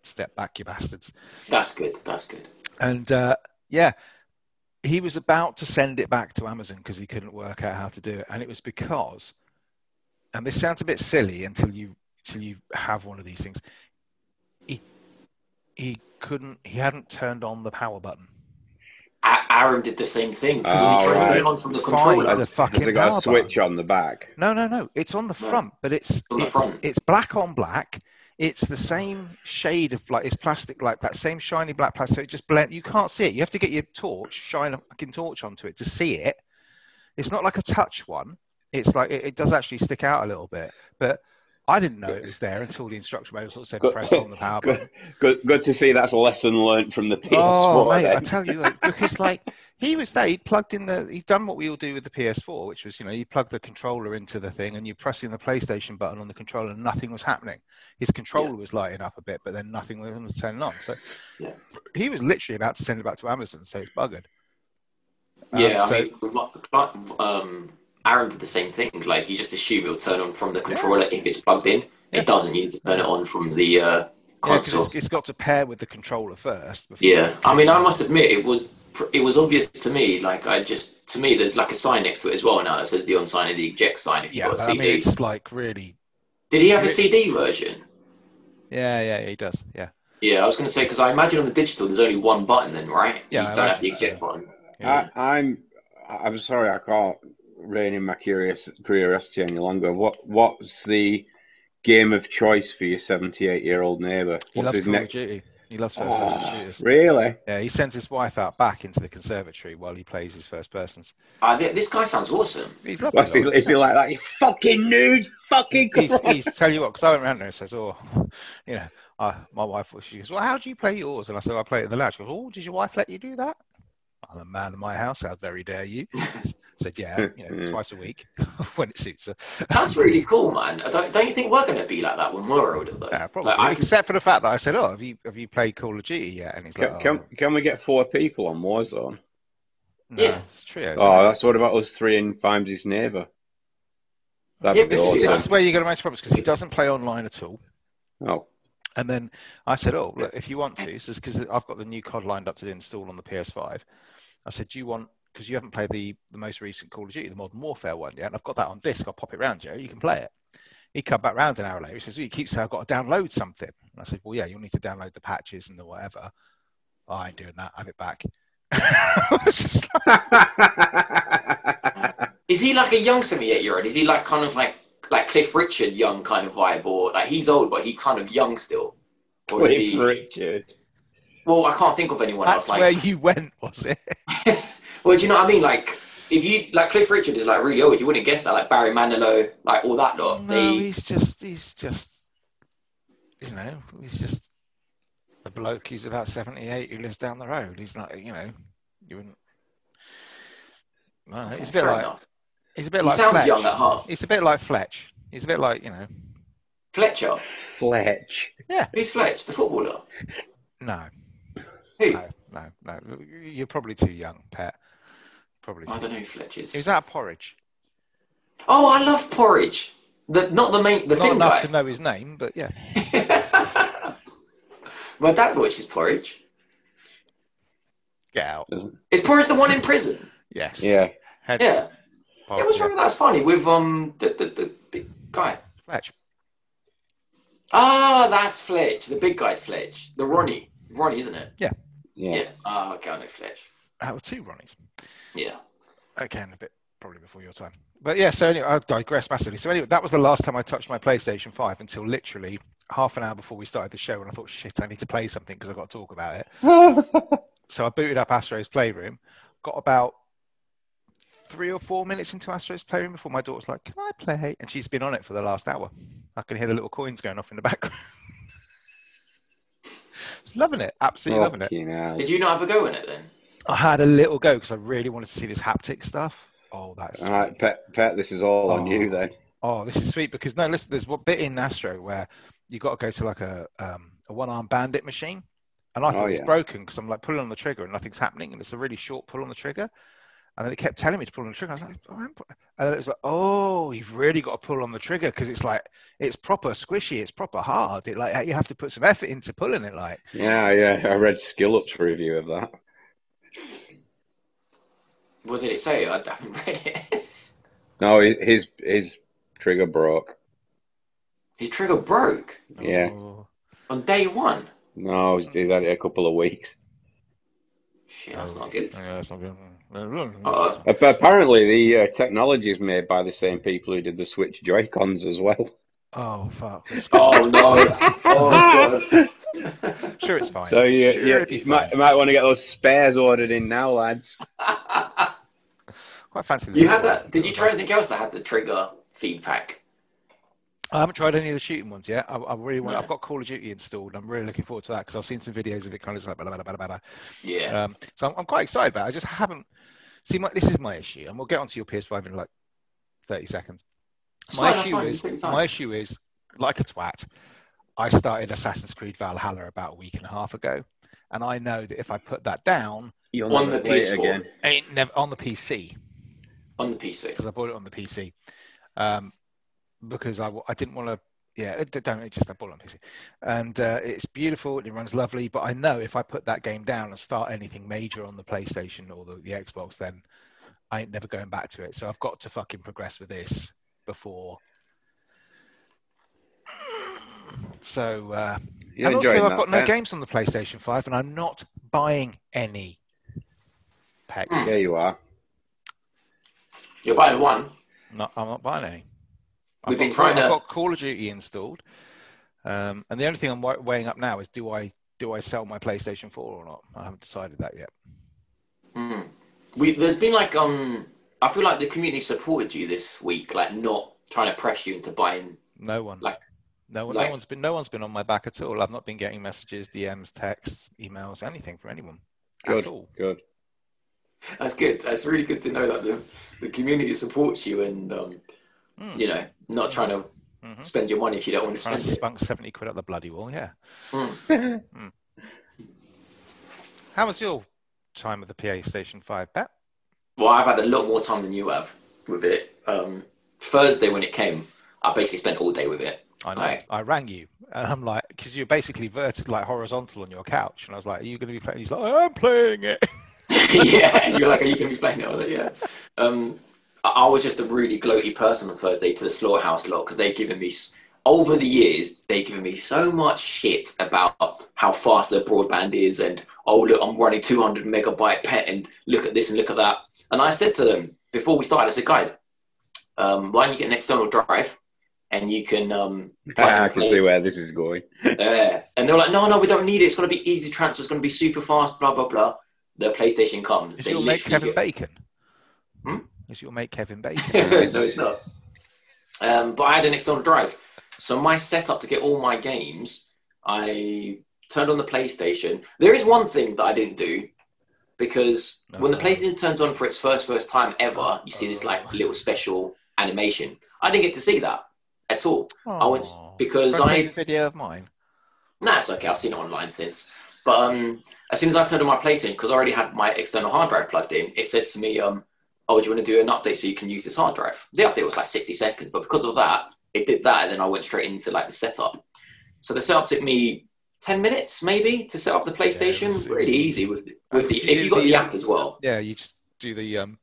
Speaker 2: Step back, you bastards.
Speaker 4: that's good. That's good.
Speaker 2: And uh, yeah, he was about to send it back to Amazon because he couldn't work out how to do it, and it was because, and this sounds a bit silly until you until you have one of these things. He he couldn't. He hadn't turned on the power button.
Speaker 4: A- Aaron did the same thing because
Speaker 3: Oh,
Speaker 4: he tried to
Speaker 3: right.
Speaker 4: turn on from the
Speaker 2: Fine.
Speaker 4: controller.
Speaker 2: That's-
Speaker 3: Has-
Speaker 2: The fucking
Speaker 3: has it got
Speaker 2: power
Speaker 3: a switch on the back?
Speaker 2: No, no, no. It's on the
Speaker 4: No.
Speaker 2: front, but it's
Speaker 4: on the
Speaker 2: it's,
Speaker 4: front.
Speaker 2: it's black on black. It's the same shade of like it's plastic, like that same shiny black plastic. So it just blend. You can't see it. You have to get your torch, shine a fucking torch onto it to see it. It's not like a touch one. It's like it, it does actually stick out a little bit, but. I didn't know it was there until the instruction manual sort of said
Speaker 3: Good-
Speaker 2: press on the power button.
Speaker 3: Good, good, good to see that's a lesson learned from the PS4.
Speaker 2: Oh, mate, I
Speaker 3: then.
Speaker 2: tell you, like, because like he was there, he'd plugged in the, he'd done what we all do with the PS4, which was, you know, you plug the controller into the thing and you're pressing the PlayStation button on the controller and nothing was happening. His controller was lighting up a bit, but then nothing was was turning on. So
Speaker 4: Yeah.
Speaker 2: he was literally about to send it back to Amazon, so it's buggered. Um,
Speaker 4: yeah,
Speaker 2: so-
Speaker 4: I mean, but- um, Aaron did the same thing. Like, you just assume it'll turn on from the controller if it's plugged in.
Speaker 2: Yeah.
Speaker 4: It doesn't. You need to turn it on from the uh,
Speaker 2: Yeah, 'cause
Speaker 4: console.
Speaker 2: it's, it's got to pair with the controller first. Before
Speaker 4: Yeah, I mean, I must admit it was pr- it was obvious to me. Like, I just to me, there's like a sign next to it as well now that says the on sign and the eject sign. If you
Speaker 2: yeah,
Speaker 4: got a
Speaker 2: but, I
Speaker 4: CD,
Speaker 2: mean, it's like really,
Speaker 4: did he have a CD version?
Speaker 2: yeah, yeah, yeah, he does, yeah.
Speaker 4: Yeah, I was going to say because I imagine on the digital there's only one button then, right?
Speaker 2: Yeah, I
Speaker 4: you don't have the
Speaker 2: imagine so.
Speaker 4: eject button.
Speaker 2: yeah.
Speaker 4: Uh,
Speaker 3: I, I'm, I'm sorry, I can't rein in my curious curiosity any longer. What, what's the game of choice for your 78 year old neighbour?
Speaker 2: he
Speaker 3: What's
Speaker 2: loves
Speaker 3: his
Speaker 2: Call of
Speaker 3: next-
Speaker 2: Duty. He loves first person
Speaker 4: Uh,
Speaker 3: Oh,
Speaker 2: shooters.
Speaker 3: really?
Speaker 2: Yeah, he sends his wife out back into the conservatory while he plays his first persons.
Speaker 4: Uh, th- this guy sounds awesome.
Speaker 2: He's lovely.
Speaker 3: What's he,
Speaker 2: though.
Speaker 3: is he like that? You fucking nude, fucking
Speaker 2: he's,
Speaker 3: Christ.
Speaker 2: he's tell you what, because I went round there and says, "Oh, you know, I, my wife." She goes, "Well, how do you play yours?" And I said, "I play it in the lounge." She goes, "Oh, does your wife let you do that?" I'm the man of my house. How very dare you? I said, "Yeah, you know, twice a week when it suits her."
Speaker 4: That's really cool, man. I Don't, don't you think we're going to be like that when we're older though?
Speaker 2: Yeah, probably.
Speaker 4: Like, I can-
Speaker 2: Except for the fact that I said, "Oh, have you have you played Call of Duty yet?" And he's like,
Speaker 3: Can,
Speaker 2: oh,
Speaker 3: can, can we get four people on Warzone?
Speaker 2: no,
Speaker 4: Yeah.
Speaker 2: it's trios."
Speaker 3: Oh, that's what about us three and Vimes's neighbour? That'd
Speaker 4: Yeah,
Speaker 3: be
Speaker 4: this is-
Speaker 3: awesome.
Speaker 2: this is where you're going to make problems because he doesn't play online at all.
Speaker 3: Oh,
Speaker 2: And then I said, "Oh, look, if you want to, this is because I've got the new COD lined up to install on the PS5." I said, "Do you want? Because you haven't played the the most recent Call of Duty, the Modern Warfare one yet, and I've got that on disc. I'll pop it round you. You can play it." He come back round an hour later. He says, well, "You keep saying I've got to download something." And I said, "Well, yeah, you'll need to download the patches and the whatever." "Oh, I ain't doing that. Have it back. It's just like-
Speaker 4: Is he like a young 78 year old? Is he like kind of like like Cliff Richard young kind of vibe, or like he's old but he kind of young still? Or is
Speaker 3: Cliff
Speaker 4: he?
Speaker 3: Richard.
Speaker 4: Well, I can't think of anyone
Speaker 2: That's
Speaker 4: else. Like,
Speaker 2: where you went, was it?
Speaker 4: well, do you know what I mean? Like, if you like Cliff Richard is like really old, you wouldn't guess that. Like Barry Manilow, like all that lot.
Speaker 2: No,
Speaker 4: they,
Speaker 2: he's just he's just you know, he's just a bloke who's about seventy eight who lives down the road. He's not you know, you wouldn't No, he's a bit
Speaker 4: Fair
Speaker 2: like
Speaker 4: enough.
Speaker 2: he's a bit
Speaker 4: he
Speaker 2: like
Speaker 4: sounds
Speaker 2: Fletch.
Speaker 4: young at heart.
Speaker 2: He's a bit like Fletch. He's a bit like, you know
Speaker 4: Fletcher,
Speaker 3: Fletch.
Speaker 4: who's Fletch? The footballer.
Speaker 2: no,
Speaker 4: Who?
Speaker 2: no, no, no. You're probably too young, Pet. Probably
Speaker 4: I
Speaker 2: too
Speaker 4: don't know
Speaker 2: young.
Speaker 4: who Fletch is.
Speaker 2: He was out of porridge.
Speaker 4: Oh, I love porridge. The, not the main, the
Speaker 2: Not
Speaker 4: thin
Speaker 2: enough
Speaker 4: guy.
Speaker 2: to know his name, but yeah.
Speaker 4: My dad watches porridge.
Speaker 2: Get out.
Speaker 4: Is porridge the one in prison?
Speaker 2: Yes.
Speaker 3: Yeah.
Speaker 2: Heads,
Speaker 4: Yeah.
Speaker 2: Porridge,
Speaker 4: Yeah, what's
Speaker 2: yeah.
Speaker 4: wrong with that? It's funny with um the, the, the big guy.
Speaker 2: Fletch.
Speaker 4: Ah, that's Fletch. The big guy's Fletch. The Ronnie. Ronnie, isn't it?
Speaker 3: Yeah.
Speaker 4: Yeah. Ah, okay, I know Fletch.
Speaker 2: Out of two Ronnies.
Speaker 4: Yeah.
Speaker 2: again a bit probably before your time but yeah so anyway i digress massively so anyway that was the last time i touched my playstation 5 until literally half an hour before we started the show and i thought shit i need to play something because i've got to talk about it so i booted up astro's playroom got about three or four minutes into Astro's Playroom before my daughter's like, "Can I play?" And she's been on it for the last hour. I can hear the little coins going off in the background. loving it,
Speaker 3: Oh,
Speaker 2: absolutely loving it.
Speaker 3: Fucking hell.
Speaker 4: Did you not have a go in it then?
Speaker 2: I had a little go because I really wanted to see this haptic stuff. Oh, that's
Speaker 3: All right, pet, pet. This is all on you
Speaker 2: Oh.
Speaker 3: then.
Speaker 2: Oh, this is sweet because no, listen, there's one bit in Astro where you got to go to like a um, a one arm bandit machine, and I thought
Speaker 3: Oh,
Speaker 2: it was
Speaker 3: yeah.
Speaker 2: broken because I'm like pulling on the trigger and nothing's happening, and it's a really short pull on the trigger, and then it kept telling me to pull on the trigger. I was like, "Oh, I'm pu-" and then it was like, oh, you've really got to pull on the trigger because it's like it's proper squishy, it's proper hard. It like you have to put some effort into pulling it. Like,
Speaker 3: Yeah, yeah. I read Skill Up's review of that.
Speaker 4: What did it say? I haven't read it.
Speaker 3: No, hi- his his trigger broke.
Speaker 4: His trigger broke
Speaker 3: Yeah.
Speaker 2: oh,
Speaker 4: on day one.
Speaker 3: No, he's, he's had it a couple of weeks.
Speaker 4: Shit, that's
Speaker 2: oh,
Speaker 4: not good. Uh-uh.
Speaker 2: Yeah, that's not good.
Speaker 4: Uh-oh.
Speaker 3: Ap- Apparently, the uh, technology is made by the same people who did the Switch Joy Cons as well.
Speaker 2: Oh fuck!
Speaker 4: Oh no! Oh god!
Speaker 2: Sure, it's fine.
Speaker 3: So you,
Speaker 2: Oh, Sure,
Speaker 3: you,
Speaker 2: it'd be
Speaker 3: you might,
Speaker 2: fine.
Speaker 3: you might want to get those spares ordered in now, lads.
Speaker 2: Quite fancy.
Speaker 4: you
Speaker 2: the-
Speaker 4: had that? Did you try anything else that had the trigger feedback?
Speaker 2: I haven't tried any of the shooting ones yet. I, I really want.
Speaker 4: No.
Speaker 2: I've got Call of Duty installed. And I'm really looking forward to that because I've seen some videos of it kind of just like blah blah blah blah. blah.
Speaker 4: Yeah.
Speaker 2: Um, so I'm, I'm quite excited about. it. I just haven't. See, my, this is my issue, and we'll get onto your PS5 in like 30 seconds.
Speaker 4: It's
Speaker 2: My
Speaker 4: fine, that's
Speaker 2: issue
Speaker 4: fine, you take
Speaker 2: is
Speaker 4: your time.
Speaker 2: my issue is like a twat. I started Assassin's Creed Valhalla about a week and a half ago, and I know that if I put that down,
Speaker 3: You'll
Speaker 4: On
Speaker 3: never
Speaker 4: the
Speaker 3: play it
Speaker 4: PS4.
Speaker 3: again.
Speaker 2: ain't never on the PC.
Speaker 4: on the PC.
Speaker 2: because I bought it on the PC. Um, because I, w- I didn't want to, yeah, it, d- don't, it just, I bought it on PC. And uh, it's beautiful, it runs lovely, but I know if I put that game down and start anything major on the PlayStation or the, the Xbox, then I ain't never going back to it. So I've got to fucking progress with this before. So, uh,
Speaker 3: You're
Speaker 2: and also,
Speaker 3: enjoying
Speaker 2: I've
Speaker 3: that,
Speaker 2: got no
Speaker 3: Ben.
Speaker 2: games on the PlayStation 5 and I'm not buying any. Peck.
Speaker 3: There you are.
Speaker 4: You're buying one.
Speaker 2: No, I'm not buying any.
Speaker 4: We've
Speaker 2: got
Speaker 4: been
Speaker 2: Call-
Speaker 4: trying to-
Speaker 2: I've got Call of Duty installed, um, and the only thing I'm wa- weighing up now is do I do I sell my PlayStation 4 or not? I haven't decided that yet.
Speaker 4: Hmm. We there's been like um. I feel like the community supported you this week, like not trying to press you into buying.
Speaker 2: No one,
Speaker 4: Like-
Speaker 2: no one,
Speaker 4: like-
Speaker 2: no one's been no one's been on my back at all. I've not been getting messages, DMs, texts, emails, anything from anyone
Speaker 3: Good.
Speaker 2: at all.
Speaker 3: Good.
Speaker 4: That's good. That's really good to know that the, the community supports you and um,
Speaker 2: Hmm.
Speaker 4: you know, not trying to
Speaker 2: Mhm.
Speaker 4: spend your money if you don't want to
Speaker 2: Trying
Speaker 4: spend
Speaker 2: to
Speaker 4: it.
Speaker 2: spunk seventy quid up the bloody wall. Yeah.
Speaker 4: Hmm.
Speaker 2: Hmm.
Speaker 3: yeah,
Speaker 2: How was your time with the PlayStation 5, Bet?
Speaker 4: Well, I've had a lot more time than you have with it. Um, Thursday when it came, I basically spent all day with it.
Speaker 2: I know.
Speaker 4: Right.
Speaker 2: I rang you, and I'm like, because you're basically vertical, like horizontal on your couch, and I was like, "Are you going to be playing?" He's like, "I'm playing it."
Speaker 4: yeah, and you're like, are you going to be playing it? I was like, yeah. Um, I, I was just a really gloaty person on Thursday to the slaughterhouse lot because they've given me, s- over the years, they've given me so much shit about how fast their broadband is and, oh, look, I'm running 200 megabyte pet and look at this and look at that. And I said to them before we started, I said, guys, um, why don't you get an external drive and you can. Um,
Speaker 3: I can
Speaker 4: play-
Speaker 3: see where this is going.
Speaker 4: uh, and they're like, no, no, we don't need it. It's going to be easy transfer. It's going to be super fast. Blah blah blah. The PlayStation comes.
Speaker 2: Is
Speaker 4: They
Speaker 2: your mate
Speaker 4: literally
Speaker 2: Kevin
Speaker 4: get-
Speaker 2: Bacon?
Speaker 4: Hmm?
Speaker 2: Is your mate Kevin Bacon?
Speaker 4: no, it's not. Um, but I had an external drive, so my setup to get all my games, I turned on the PlayStation. There is one thing that I didn't do because
Speaker 2: No.
Speaker 4: when the PlayStation turns on for its first first time ever, you see this like little
Speaker 2: Oh.
Speaker 4: special animation. I didn't get to see that at all
Speaker 2: I
Speaker 4: went- because
Speaker 2: Can I
Speaker 4: I-
Speaker 2: send you a video of mine.
Speaker 4: Nah, it's okay. I've seen it online since. But um, as soon as I turned on my PlayStation, because I already had my external hard drive plugged in, it said to me, um, "Oh, do you want to do an update so you can use this hard drive?" The update was like 60 seconds, but because of that, it did that, and then I went straight into like the setup. So the setup took me 10 minutes, maybe, to set up the PlayStation.
Speaker 2: it was- it was
Speaker 4: Really easy with the,
Speaker 2: Uh, did
Speaker 4: with the
Speaker 2: you
Speaker 4: if
Speaker 2: do
Speaker 4: you got the
Speaker 2: the,
Speaker 4: app as well,
Speaker 2: Yeah, you just do the um,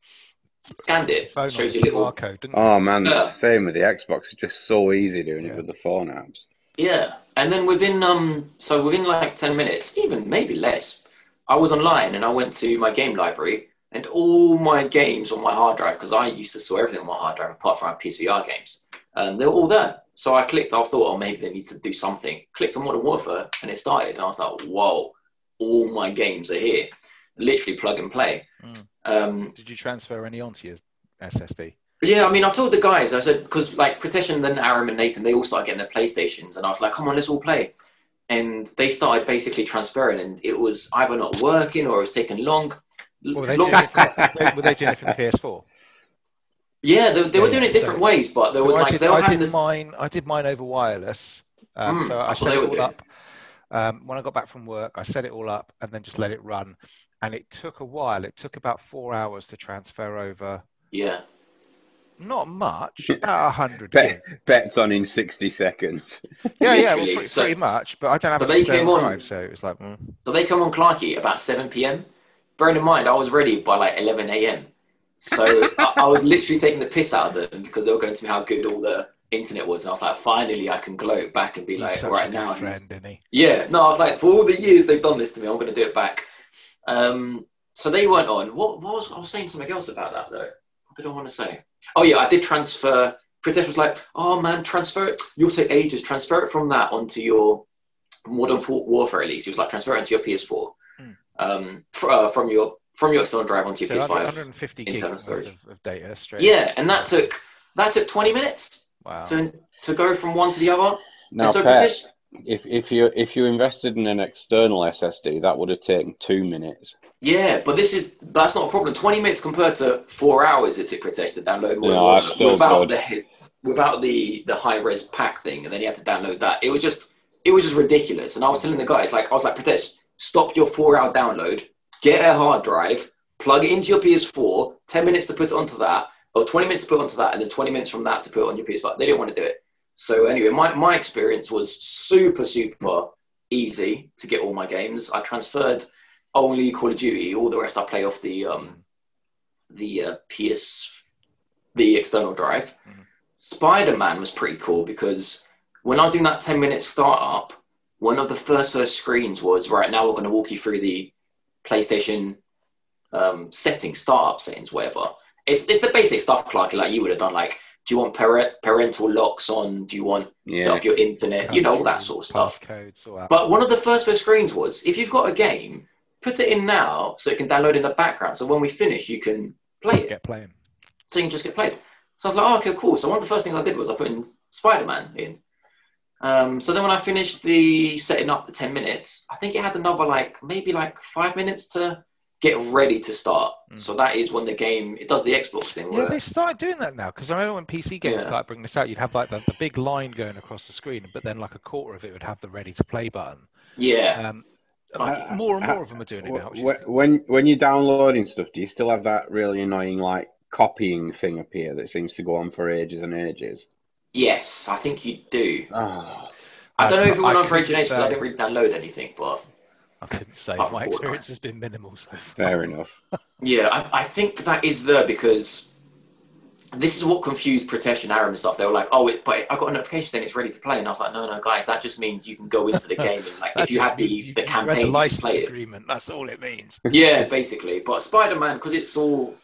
Speaker 4: scanned it,
Speaker 2: phone on
Speaker 4: shows
Speaker 2: the
Speaker 4: you little
Speaker 2: QR code, didn't it?
Speaker 3: Oh man,
Speaker 4: Yeah.
Speaker 3: it's the same with the Xbox. It's just so easy doing
Speaker 2: Yeah.
Speaker 3: it with the phone apps.
Speaker 4: Yeah, and then within um, so within like ten minutes, even maybe less, I was online and I went to my game library and all my games on my hard drive because I used to store everything on my hard drive apart from my PSVR games. Um, they were all there. So I clicked. I thought, oh, maybe they need to do something. Clicked on Modern Warfare and it started. And I was like, whoa, all my games are here, literally plug and play.
Speaker 2: Mm.
Speaker 4: Um,
Speaker 2: Did you transfer any onto your SSD.
Speaker 4: Yeah, I mean, I told the guys, I said, because like Pritesh and then Aram and Nathan, they all started getting their PlayStations, and I was like, come on, let's all play. And they started basically transferring, and it was either not working or it was taking long.
Speaker 2: What were they,
Speaker 4: long
Speaker 2: doing it, were they doing it from the PS4?
Speaker 4: yeah, they, they were
Speaker 2: Yeah,
Speaker 4: doing
Speaker 2: yeah,
Speaker 4: it different
Speaker 2: so-
Speaker 4: ways, but there
Speaker 2: so
Speaker 4: was
Speaker 2: I
Speaker 4: like,
Speaker 2: did,
Speaker 4: they all
Speaker 2: I
Speaker 4: had
Speaker 2: did
Speaker 4: this.
Speaker 2: mine. I did mine over wireless. Um,
Speaker 4: Mm,
Speaker 2: so I
Speaker 4: that's
Speaker 2: set
Speaker 4: what they
Speaker 2: it
Speaker 4: were
Speaker 2: all
Speaker 4: doing.
Speaker 2: up. Um, when I got back from work, I set it all up and then just let it run. And it took a while. It took about four hours to transfer over.
Speaker 4: Yeah.
Speaker 2: Not much, about a hundred.
Speaker 3: Bet,
Speaker 2: gig.
Speaker 3: bets on in 60 seconds.
Speaker 2: Yeah, yeah, well,
Speaker 4: Literally,
Speaker 2: pretty,
Speaker 4: so-
Speaker 2: pretty much. But I don't have
Speaker 4: so
Speaker 2: an
Speaker 4: they
Speaker 2: external
Speaker 4: came on-
Speaker 2: drive, so it was like, mm.
Speaker 4: So they come on Clarkey about 7 p.m. Bearing in mind, I was ready by like 11 a.m. So I, I was literally taking the piss out of them because they were going to me how good all the internet was. And I was like, finally, I can gloat back and be
Speaker 2: he's
Speaker 4: like,
Speaker 2: such a
Speaker 4: right
Speaker 2: good
Speaker 4: now.
Speaker 2: friend,
Speaker 4: he's-
Speaker 2: isn't he?
Speaker 4: Yeah, no, I was like, for all the years they've done this to me, I'm going to do it back. Um, so they went on. What, what was I was saying something else about that though? What did I want to say? Oh yeah, I did transfer. Pritesh was like, "Oh man, transfer it. You'll take ages. Transfer it from that onto your Modern Fa- Warfare at least." He was like, "Transfer it onto your PS4
Speaker 2: Hmm.
Speaker 4: um, fr- uh, from your from your external drive onto
Speaker 2: So
Speaker 4: your PS5."
Speaker 2: 150 gigs
Speaker 4: internal
Speaker 2: worth
Speaker 4: storage.
Speaker 2: of, of data straight.
Speaker 4: Yeah, and that took that took 20 minutes
Speaker 2: Wow.
Speaker 4: to to go from one to the other.
Speaker 3: Now,
Speaker 4: and so
Speaker 3: Pet,
Speaker 4: Pritesh,
Speaker 3: if, if, you, if you invested in an external SSD, that would have taken two minutes.
Speaker 4: Yeah, but this is that's not a problem. Twenty minutes compared to four hours it took Pritesh to download more.
Speaker 3: No, that's still
Speaker 4: without
Speaker 3: good.
Speaker 4: the without the the high res pack thing, and then you had to download that. It was just it was just ridiculous. And I was telling the guys like I was like Pritesh, stop your four hour download, get a hard drive, plug it into your PS4, ten minutes to put it onto that, or twenty minutes to put it onto that, and then twenty minutes from that to put it on your PS5. They didn't want to do it. So anyway, my my experience was super super easy to get all my games. I transferred only Call of Duty. All the rest I play off the um, the uh, PS, the external drive.
Speaker 2: Mhm.
Speaker 4: Spider Man was pretty cool because when I was doing that ten minute start up, one of the first first screens was right now we're going to walk you through the PlayStation um, settings, startup settings, whatever. It's it's the basic stuff, Clark. Like you would have done, like. Do you want parent, parental locks on? Do you want set
Speaker 3: Yeah.
Speaker 4: up your internet? You know all that sort of stuff.
Speaker 2: Passcodes, all that.
Speaker 4: But one of the first first screens was if you've got a game, put it in now so it can download in the background. So when we finish, you can play
Speaker 2: Let's
Speaker 4: it.
Speaker 2: get playing.
Speaker 4: So you can just get played. So I was like, oh, okay, cool. So one of the first things I did was I put in Spider Man in. Um, so then when I finished the setting up the 10 minutes, I think it had another like maybe like five minutes to get ready to start.
Speaker 2: Mm.
Speaker 4: So that is when the game it does the Xbox thing.
Speaker 2: Yeah,
Speaker 4: where-
Speaker 2: they've started doing that now because I remember when PC games
Speaker 4: Yeah.
Speaker 2: started bringing this out, you'd have like the, the big line going across the screen, but then like a quarter of it would have the ready to play button.
Speaker 4: yeah.
Speaker 2: Um,
Speaker 3: I-
Speaker 4: Uh,
Speaker 3: I-
Speaker 2: more and
Speaker 3: I-
Speaker 2: more of them are doing it now. Which is
Speaker 3: Wh- When, when you're downloading stuff, do you still have that really annoying, like, copying thing up here that seems to go on for ages and ages?
Speaker 4: Yes, I think you do. Ah.
Speaker 3: Oh,
Speaker 4: I don't know if it
Speaker 2: cou-
Speaker 4: went on for
Speaker 2: couldn't
Speaker 4: origination because I
Speaker 2: say.
Speaker 4: didn't really download anything, but
Speaker 2: I couldn't say.
Speaker 4: apart from
Speaker 2: My
Speaker 4: Fortnite.
Speaker 2: experience has been minimal so far.
Speaker 3: fair enough.
Speaker 4: Yeah, I, I think that is there because this is what confused Pritesh and Aram and stuff. They were like, "Oh, it, but I got a notification saying it's ready to play," and I was like, "No, no, guys, that just means you can go into the game and like
Speaker 2: That
Speaker 4: if you
Speaker 2: just
Speaker 4: have the,
Speaker 2: means you-
Speaker 4: the
Speaker 2: you
Speaker 4: campaign,
Speaker 2: read the
Speaker 4: you can play
Speaker 2: license
Speaker 4: it."
Speaker 2: agreement. That's all it means.
Speaker 4: yeah, basically. But Spider Man, because it's all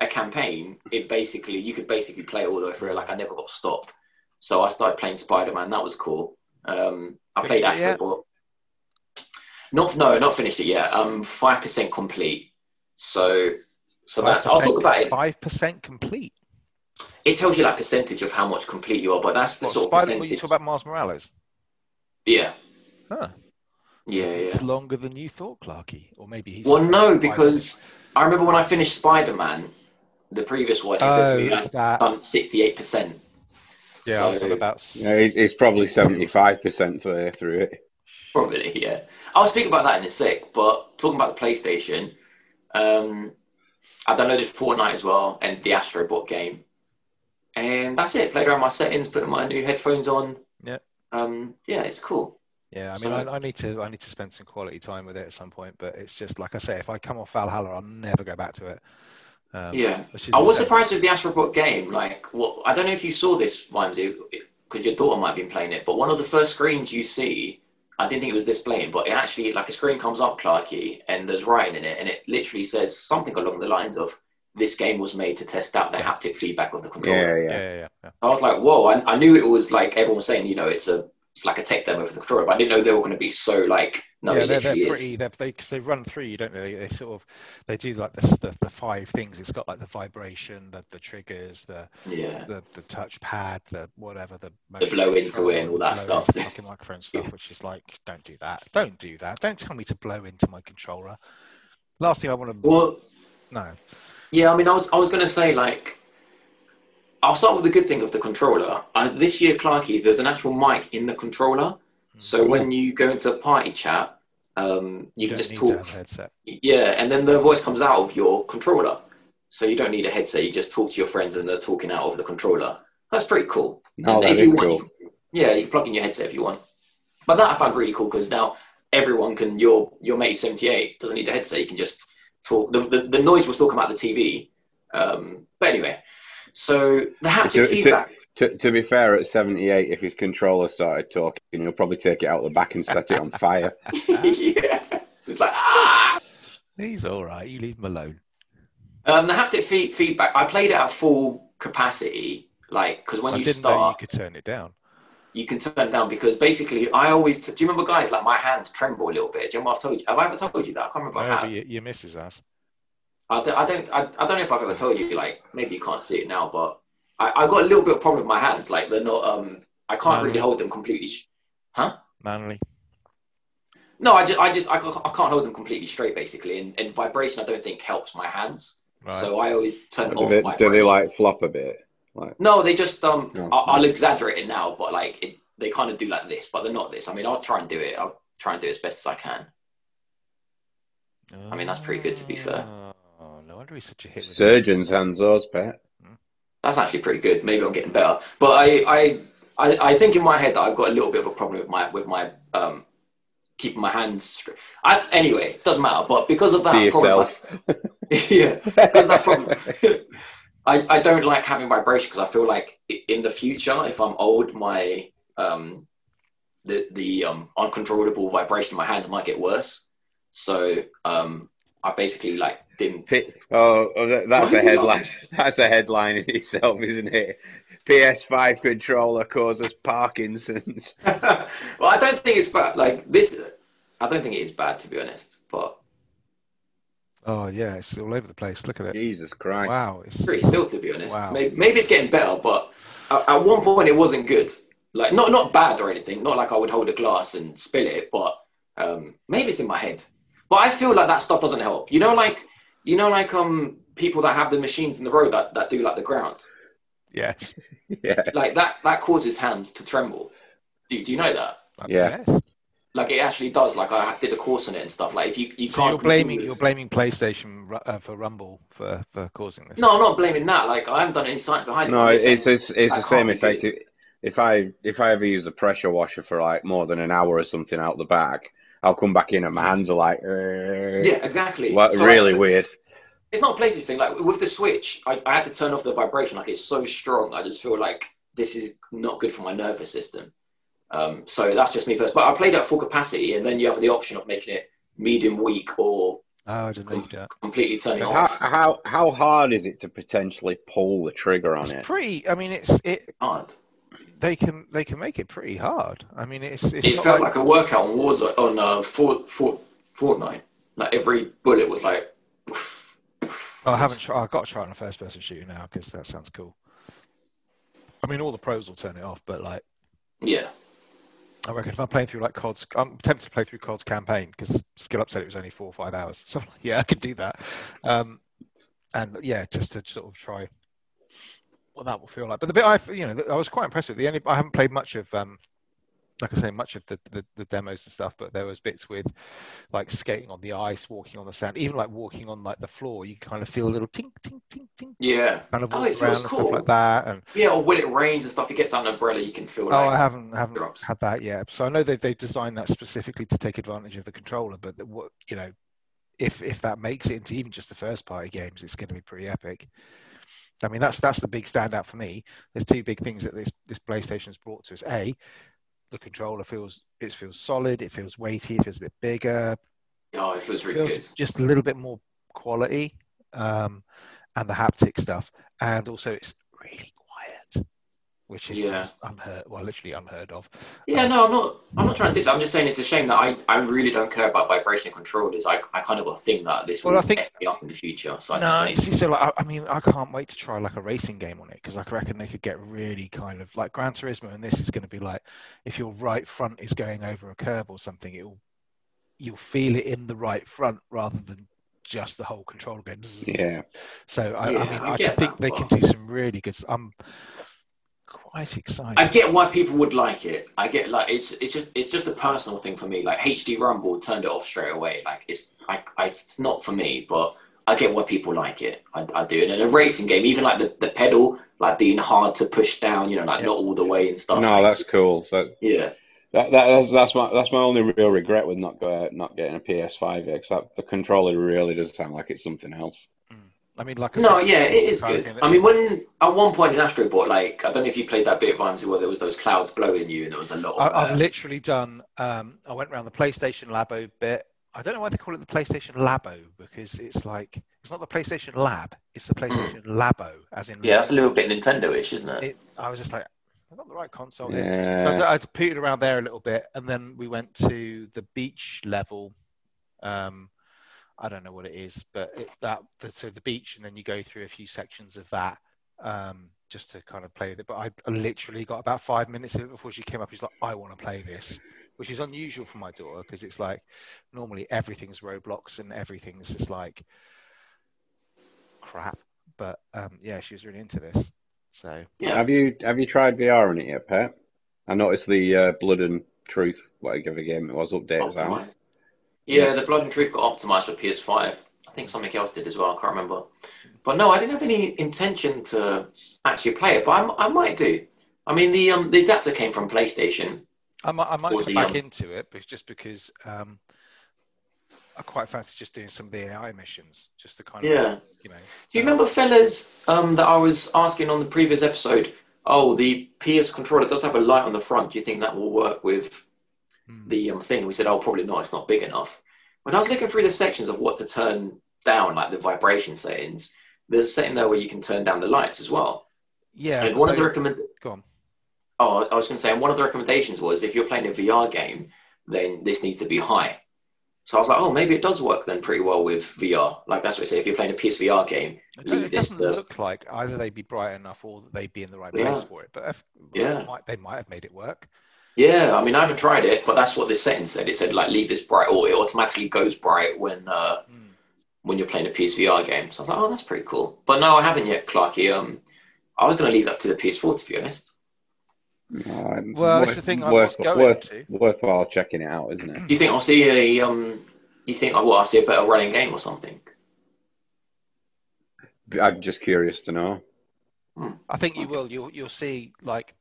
Speaker 4: a campaign, it basically you could basically play it all the way through. Like I never got stopped, so I started playing Spider Man. That was cool. Um, I
Speaker 2: Finished
Speaker 4: played
Speaker 2: it
Speaker 4: Astro
Speaker 2: yet?
Speaker 4: Bot. Not no, not finished it yet. Um, five percent complete. So so that's I'll talk about it.
Speaker 2: Five percent complete.
Speaker 4: It tells you like percentage of how much complete you are, but that's the
Speaker 2: What,
Speaker 4: sort
Speaker 2: Spider?
Speaker 4: of
Speaker 2: What you
Speaker 4: percentage.
Speaker 2: talk about Miles Morales?
Speaker 4: Yeah,
Speaker 2: Huh.
Speaker 4: yeah, yeah.
Speaker 2: It's longer than you thought, Clarky. Or maybe he's.
Speaker 4: Well, no, because I remember when I finished Spider Man, the previous one, he said
Speaker 2: Oh,
Speaker 4: to me,
Speaker 2: it's
Speaker 4: I've
Speaker 2: that.
Speaker 4: done 68%.
Speaker 2: Yeah, I was on
Speaker 4: So-
Speaker 2: about.
Speaker 3: Yeah, it- it's probably 75% way through it.
Speaker 4: Probably, yeah. I'll speak about that in a sec, but talking about the PlayStation, um, I downloaded Fortnite as well and the Astrobot game. And that's it. Played around my settings, putting my new headphones on.
Speaker 2: Yeah.
Speaker 4: Um, yeah, it's cool.
Speaker 2: Yeah, I mean,
Speaker 4: So-
Speaker 2: I, I need to I need to spend some quality time with it at some point, but it's just like I say, if I come off Valhalla, I'll never go back to it. Um,
Speaker 4: Yeah.
Speaker 2: which is
Speaker 4: I was
Speaker 2: okay.
Speaker 4: surprised with the Astrobot game. Like, what? I don't know if you saw this, Wimsey, because your daughter might have been playing it. But one of the first screens you see, I didn't think it was displaying, but it actually like a screen comes up, Clarky, and there's writing in it, and it literally says something along the lines of, "This game was made to test out the haptic feedback of the
Speaker 3: Yeah,
Speaker 4: controller."
Speaker 2: Yeah,
Speaker 3: yeah.
Speaker 2: yeah, yeah.
Speaker 4: I was like, "Whoa!" I, I knew it was like everyone was saying, you know, it's a it's like a tech demo for the controller. But I didn't know they were going to be so like no,
Speaker 2: yeah,
Speaker 4: it
Speaker 2: they're, they're
Speaker 4: literally is.
Speaker 2: pretty. They're, they because they run through you, don't they? They sort of they do like the the, the five things. It's got like the vibration, the, the triggers, the
Speaker 4: Yeah,
Speaker 2: the the touch pad, the whatever, the,
Speaker 4: blow into it and all that
Speaker 2: blow into
Speaker 4: stuff.
Speaker 2: the fucking microphone stuff, which is like, don't do that, don't do that, don't tell me to blow into my controller. Last thing I want to
Speaker 4: well,
Speaker 2: no,
Speaker 4: Yeah, I mean, I was I was gonna say like, I'll start with the good thing of the controller. Uh, this year, Clarky, there's an actual mic in the controller,
Speaker 2: Mm.
Speaker 4: so when you go into a party chat, um, you can
Speaker 2: don't
Speaker 4: just
Speaker 2: need to
Speaker 4: talk.
Speaker 2: have a headset.
Speaker 4: Yeah, and then the voice comes out of your controller, so you don't need a headset. You just talk to your friends, and they're talking out of the controller. That's pretty cool.
Speaker 3: No,
Speaker 4: And
Speaker 3: that
Speaker 4: if you
Speaker 3: is
Speaker 4: want-
Speaker 3: cool.
Speaker 4: Yeah, you plug in your headset if you want. But that I found really cool because now everyone can your your mate seventy eight doesn't need a headset. You can just talk. The, the, the noise was talking about the TV. Um, but anyway, so the haptic
Speaker 3: It's a- it's a-
Speaker 4: feedback.
Speaker 3: To, to be fair, at 78, if his controller started talking, he'll probably take it out the back and set it on fire.
Speaker 4: yeah, it's like ah.
Speaker 2: He's all right. You leave him alone.
Speaker 4: Um, the haptic fe- feedback. I played it at full capacity, like because when
Speaker 2: I
Speaker 4: you
Speaker 2: didn't know you
Speaker 4: start,
Speaker 2: could turn it down.
Speaker 4: you, can turn it down because basically I always. do you remember, guys? Like my hands tremble a little bit. Do you remember I've told you? Have I ever told you that? I can't remember. if I have.
Speaker 2: Maybe your, your missus has.
Speaker 4: I don't, I don't, I, I don't know if I've ever told you. Like, maybe you can't see it now, but I, I've got a little bit of problem with my hands. Like, they're not. Um, I can't
Speaker 2: No,
Speaker 4: really
Speaker 2: no.
Speaker 4: hold them completely. Sh-
Speaker 2: Manly.
Speaker 4: no, I just, I just, I, ca- I can't hold them completely straight, basically. And, and vibration, I don't think helps my hands.
Speaker 2: Right.
Speaker 4: So I always turn
Speaker 3: Do
Speaker 4: off.
Speaker 3: they, do
Speaker 4: vibration.
Speaker 3: they like flop a bit?
Speaker 4: No, they just um.
Speaker 3: No.
Speaker 4: I, I'll exaggerate it now, but like it, they kind of do like this, but they're not this. I mean, I'll try and do it. I'll try and do it as best as I can. mean, that's pretty good, to be fair.
Speaker 2: Oh, no wonder he's such a hit. with it.
Speaker 3: Surgeon's hands, those, pet.
Speaker 4: That's actually pretty good. Maybe I'm getting better, but I, I, I, I think in my head that I've got a little bit of a problem with my with my um, keeping my hands straight. I, anyway, it doesn't matter. But because of that
Speaker 3: See
Speaker 4: problem,
Speaker 3: yourself.
Speaker 4: I, yeah, because that problem, I, I don't like having vibration because I feel like i- in the future, if I'm old, my um, the the um, uncontrollable vibration in my hands might get worse. So um, I basically like didn't.
Speaker 3: P- oh, oh, that- that's
Speaker 4: Why
Speaker 3: a
Speaker 4: is it
Speaker 3: headline. That's a headline in itself, isn't it? PS5 controller causes Parkinson's.
Speaker 4: well, I don't think it's bad. Like this, I don't think it is bad to be honest. But
Speaker 2: Oh yeah, it's all over the place. Look at it.
Speaker 3: Jesus Christ.
Speaker 2: Wow, it's
Speaker 4: pretty still to be honest.
Speaker 2: Wow.
Speaker 4: Maybe, maybe it's getting better, but at, at one point it wasn't good. Like not not bad or anything. Not like I would hold a glass and spill it, but um, maybe it's in my head. But I feel like that stuff doesn't help. You know, like you know, like um people that have the machines in the road that, that do like the ground,
Speaker 2: yes.
Speaker 3: Yeah.
Speaker 4: like that that causes hands to tremble. Do, do you know that?
Speaker 3: Yeah.
Speaker 2: Yes.
Speaker 4: Like it actually does. Like I did a course on it and stuff. Like if you you
Speaker 2: So
Speaker 4: can't
Speaker 2: you're blaming
Speaker 4: continuous-
Speaker 2: you're blaming PlayStation ru- uh, for Rumble for, for causing this.
Speaker 4: No, I'm not blaming that. Like I haven't done any science behind it.
Speaker 3: No,
Speaker 4: I'm
Speaker 3: it's
Speaker 4: just
Speaker 3: it's,
Speaker 4: saying-
Speaker 3: it's, it's
Speaker 4: I
Speaker 3: the same
Speaker 4: can't
Speaker 3: effect.
Speaker 4: do this.
Speaker 3: If I if I ever use a pressure washer for like more than an hour or something out the back, I'll come back in and my hands are like, "Eh."
Speaker 4: yeah, exactly.
Speaker 3: Well,
Speaker 4: So, like,
Speaker 3: really
Speaker 4: so-
Speaker 3: weird.
Speaker 4: it's not a PlayStation thing. Like with the Switch, I, I had to turn off the vibration. Like it's so strong, I just feel like this is not good for my nervous system. Um, so that's just me personally. But I played at full capacity, and then you have the option of making it medium weak or
Speaker 2: Oh, I didn't know you did that.
Speaker 4: completely turning
Speaker 3: But
Speaker 4: it
Speaker 3: How,
Speaker 4: off.
Speaker 3: how how hard is it to potentially pull the trigger on
Speaker 2: It's
Speaker 3: it?
Speaker 2: pretty. I mean, it's it.
Speaker 4: Hard.
Speaker 2: They can they can make it pretty hard. I mean, it's it's
Speaker 4: It
Speaker 2: not
Speaker 4: felt
Speaker 2: like,
Speaker 4: like a workout on Warzone on uh, Fort, Fort, Fortnite. Like every bullet was like. oof.
Speaker 2: oh, I haven't. Tried, I've got to try it on a first person shooter now because that sounds cool. I mean, all the pros will turn it off, but like
Speaker 4: Yeah.
Speaker 2: I reckon if I'm playing through like COD's, I'm tempted to play through COD's campaign because Skill Up said it was only four or five hours. So I'm like, yeah, I could do that. Um, and yeah, just to sort of try what that will feel like. But the bit I, you know, that- I was quite impressed with. The only I haven't played much of, um, like I say, much of the, the the demos and stuff. But there was bits with like skating on the ice, walking on the sand, even like walking on like the floor. You kind of feel a little tink, tink, tink, tink,
Speaker 4: Yeah.
Speaker 2: kind of
Speaker 4: Oh,
Speaker 2: walk
Speaker 4: it feels
Speaker 2: around and stuff
Speaker 4: cool.
Speaker 2: like that. And
Speaker 4: Yeah, or when it rains and stuff, it gets out an umbrella, you can feel
Speaker 2: Oh,
Speaker 4: like.
Speaker 2: I haven't haven't
Speaker 4: drops.
Speaker 2: had that yet. So I know they've they've designed that specifically to take advantage of the controller, but the- what you know, if if that makes it into even just the first party games, it's going to be pretty epic. I mean, that's that's the big standout for me. There's two big things that this this PlayStation's brought to us. A, the controller feels it feels solid, it feels weighty, it feels a bit bigger,
Speaker 4: Oh, it feels really
Speaker 2: feels
Speaker 4: good.
Speaker 2: just a little bit more quality, um, and the haptic stuff, and also it's really quiet. which is
Speaker 4: Yeah.
Speaker 2: just unheard, well, literally unheard of. Um,
Speaker 4: Yeah, no, I'm not. I'm not trying to diss. I'm just saying it's a shame that I, I really don't care about vibration controllers. I, I kind of got a thing that this will
Speaker 2: Well, I think-
Speaker 4: F me up in the future. So I
Speaker 2: No,
Speaker 4: just
Speaker 2: you see, so like, I, I mean, I can't wait to try like a racing game on it because I reckon they could get really kind of like Gran Turismo, and this is going to be like if your right front is going over a curb or something, it'll you'll feel it in the right front rather than just the whole controller going. zzz.
Speaker 3: Yeah.
Speaker 2: So I,
Speaker 4: Yeah,
Speaker 2: I mean,
Speaker 4: I
Speaker 2: I,
Speaker 4: get
Speaker 2: can think
Speaker 4: that,
Speaker 2: they
Speaker 4: but-
Speaker 2: can do some really good. s- I'm quite excited.
Speaker 4: I get why people would like it. I get like it's it's just it's just a personal thing for me. Like HD Rumble turned it off straight away. Like it's I, I it's not for me, but I get why people like it. I, I do. And in a racing game, even like the, the pedal, like being hard to push down, you know, like
Speaker 2: Yeah.
Speaker 4: not all the way and stuff.
Speaker 3: No, that's cool. That,
Speaker 4: yeah.
Speaker 3: that, that that's, that's my that's my only real regret with not go, not getting a PS5 X. That the controller really does sound like it's something else.
Speaker 2: I mean, like I
Speaker 4: No,
Speaker 2: said,
Speaker 4: yeah,
Speaker 2: it's
Speaker 4: it
Speaker 2: the
Speaker 4: is
Speaker 2: kind of
Speaker 4: good.
Speaker 2: thing that-
Speaker 4: I mean, when at one point in Astrobot, like I don't know if you played that bit of Rhymesy where there was those clouds blowing you and there was a lot of.
Speaker 2: I, I've
Speaker 4: uh,
Speaker 2: literally done. Um, I went around the PlayStation Labo bit. I don't know why they call it the PlayStation Labo because it's like it's not the PlayStation Lab. It's the PlayStation Labo, as in.
Speaker 4: Hmm. yeah, that's a little bit Nintendo-ish, isn't it?
Speaker 2: It, I was just like, I've got the right console. here. Oh, So I, d-
Speaker 3: Yeah,
Speaker 2: I pooted around there a little bit, and then we went to the beach level. Um, I don't know what it is, but it, that the, so the beach, and then you go through a few sections of that um, just to kind of play with it. But I, I literally got about five minutes of it before she came up. She's like, "I want to play this," which is unusual for my daughter because it's like normally everything's Roblox and everything's just like crap. But um, yeah, she was really into this. So
Speaker 4: Yeah.
Speaker 3: have you have you tried VR on it yet, Pat? I noticed the uh, Blood and Truth, whatever game it was, updates out.
Speaker 4: Optimised. Yeah, the Blood and Truth got optimized for PS5. I think something else did as well. I can't remember. But no, I didn't have any intention to actually play it, but I, I might do. I mean, the um, the adapter came from PlayStation.
Speaker 2: I might, I might
Speaker 4: Or
Speaker 2: come
Speaker 4: the,
Speaker 2: back
Speaker 4: um,
Speaker 2: into it, but just because um, I quite fancy just doing some of the AI missions, just to kind of,
Speaker 4: Yeah.
Speaker 2: you know.
Speaker 4: Do you remember, fellas, um, that I was asking on the previous episode? Oh, the PS controller does have a light on the front. Do you think that will work with
Speaker 2: Hmm.
Speaker 4: the um, thing? We said, oh, probably not. It's not big enough. When I was looking through the sections of what to turn down, like the vibration settings, there's a setting there where you can turn down the lights as well.
Speaker 2: yeah.
Speaker 4: and one of the
Speaker 2: those-
Speaker 4: recommend.
Speaker 2: go on.
Speaker 4: Oh, I was going to say, and one of the recommendations was if you're playing a VR game, then this needs to be high. So I was like, oh, maybe it does work then pretty well with VR. Like that's what I say. If you're playing a PSVR game,
Speaker 2: It, don't-
Speaker 4: leave
Speaker 2: it
Speaker 4: this
Speaker 2: doesn't
Speaker 4: to-
Speaker 2: look like either they'd be bright enough or that they'd be in the right
Speaker 4: Yeah.
Speaker 2: place for it. But if,
Speaker 4: Yeah.
Speaker 2: might, they might have made it work.
Speaker 4: yeah. I mean, I haven't tried it, but that's what this setting said. It said like leave this bright, or it automatically goes bright when uh,
Speaker 2: Hmm.
Speaker 4: when you're playing a PSVR game. So I was like, oh, that's pretty cool. But no, I haven't yet, Clarky. Um, I was going to leave that to the PS4 to be honest.
Speaker 2: Well, that's the thing I was going
Speaker 3: worth,
Speaker 2: to.
Speaker 3: Worthwhile checking it out, isn't it?
Speaker 4: Do you think I'll see a um? You think oh, what? I'll see a better running game or something?
Speaker 3: I'm just curious to know.
Speaker 2: I think you
Speaker 4: Okay.
Speaker 2: will. You'll you'll see like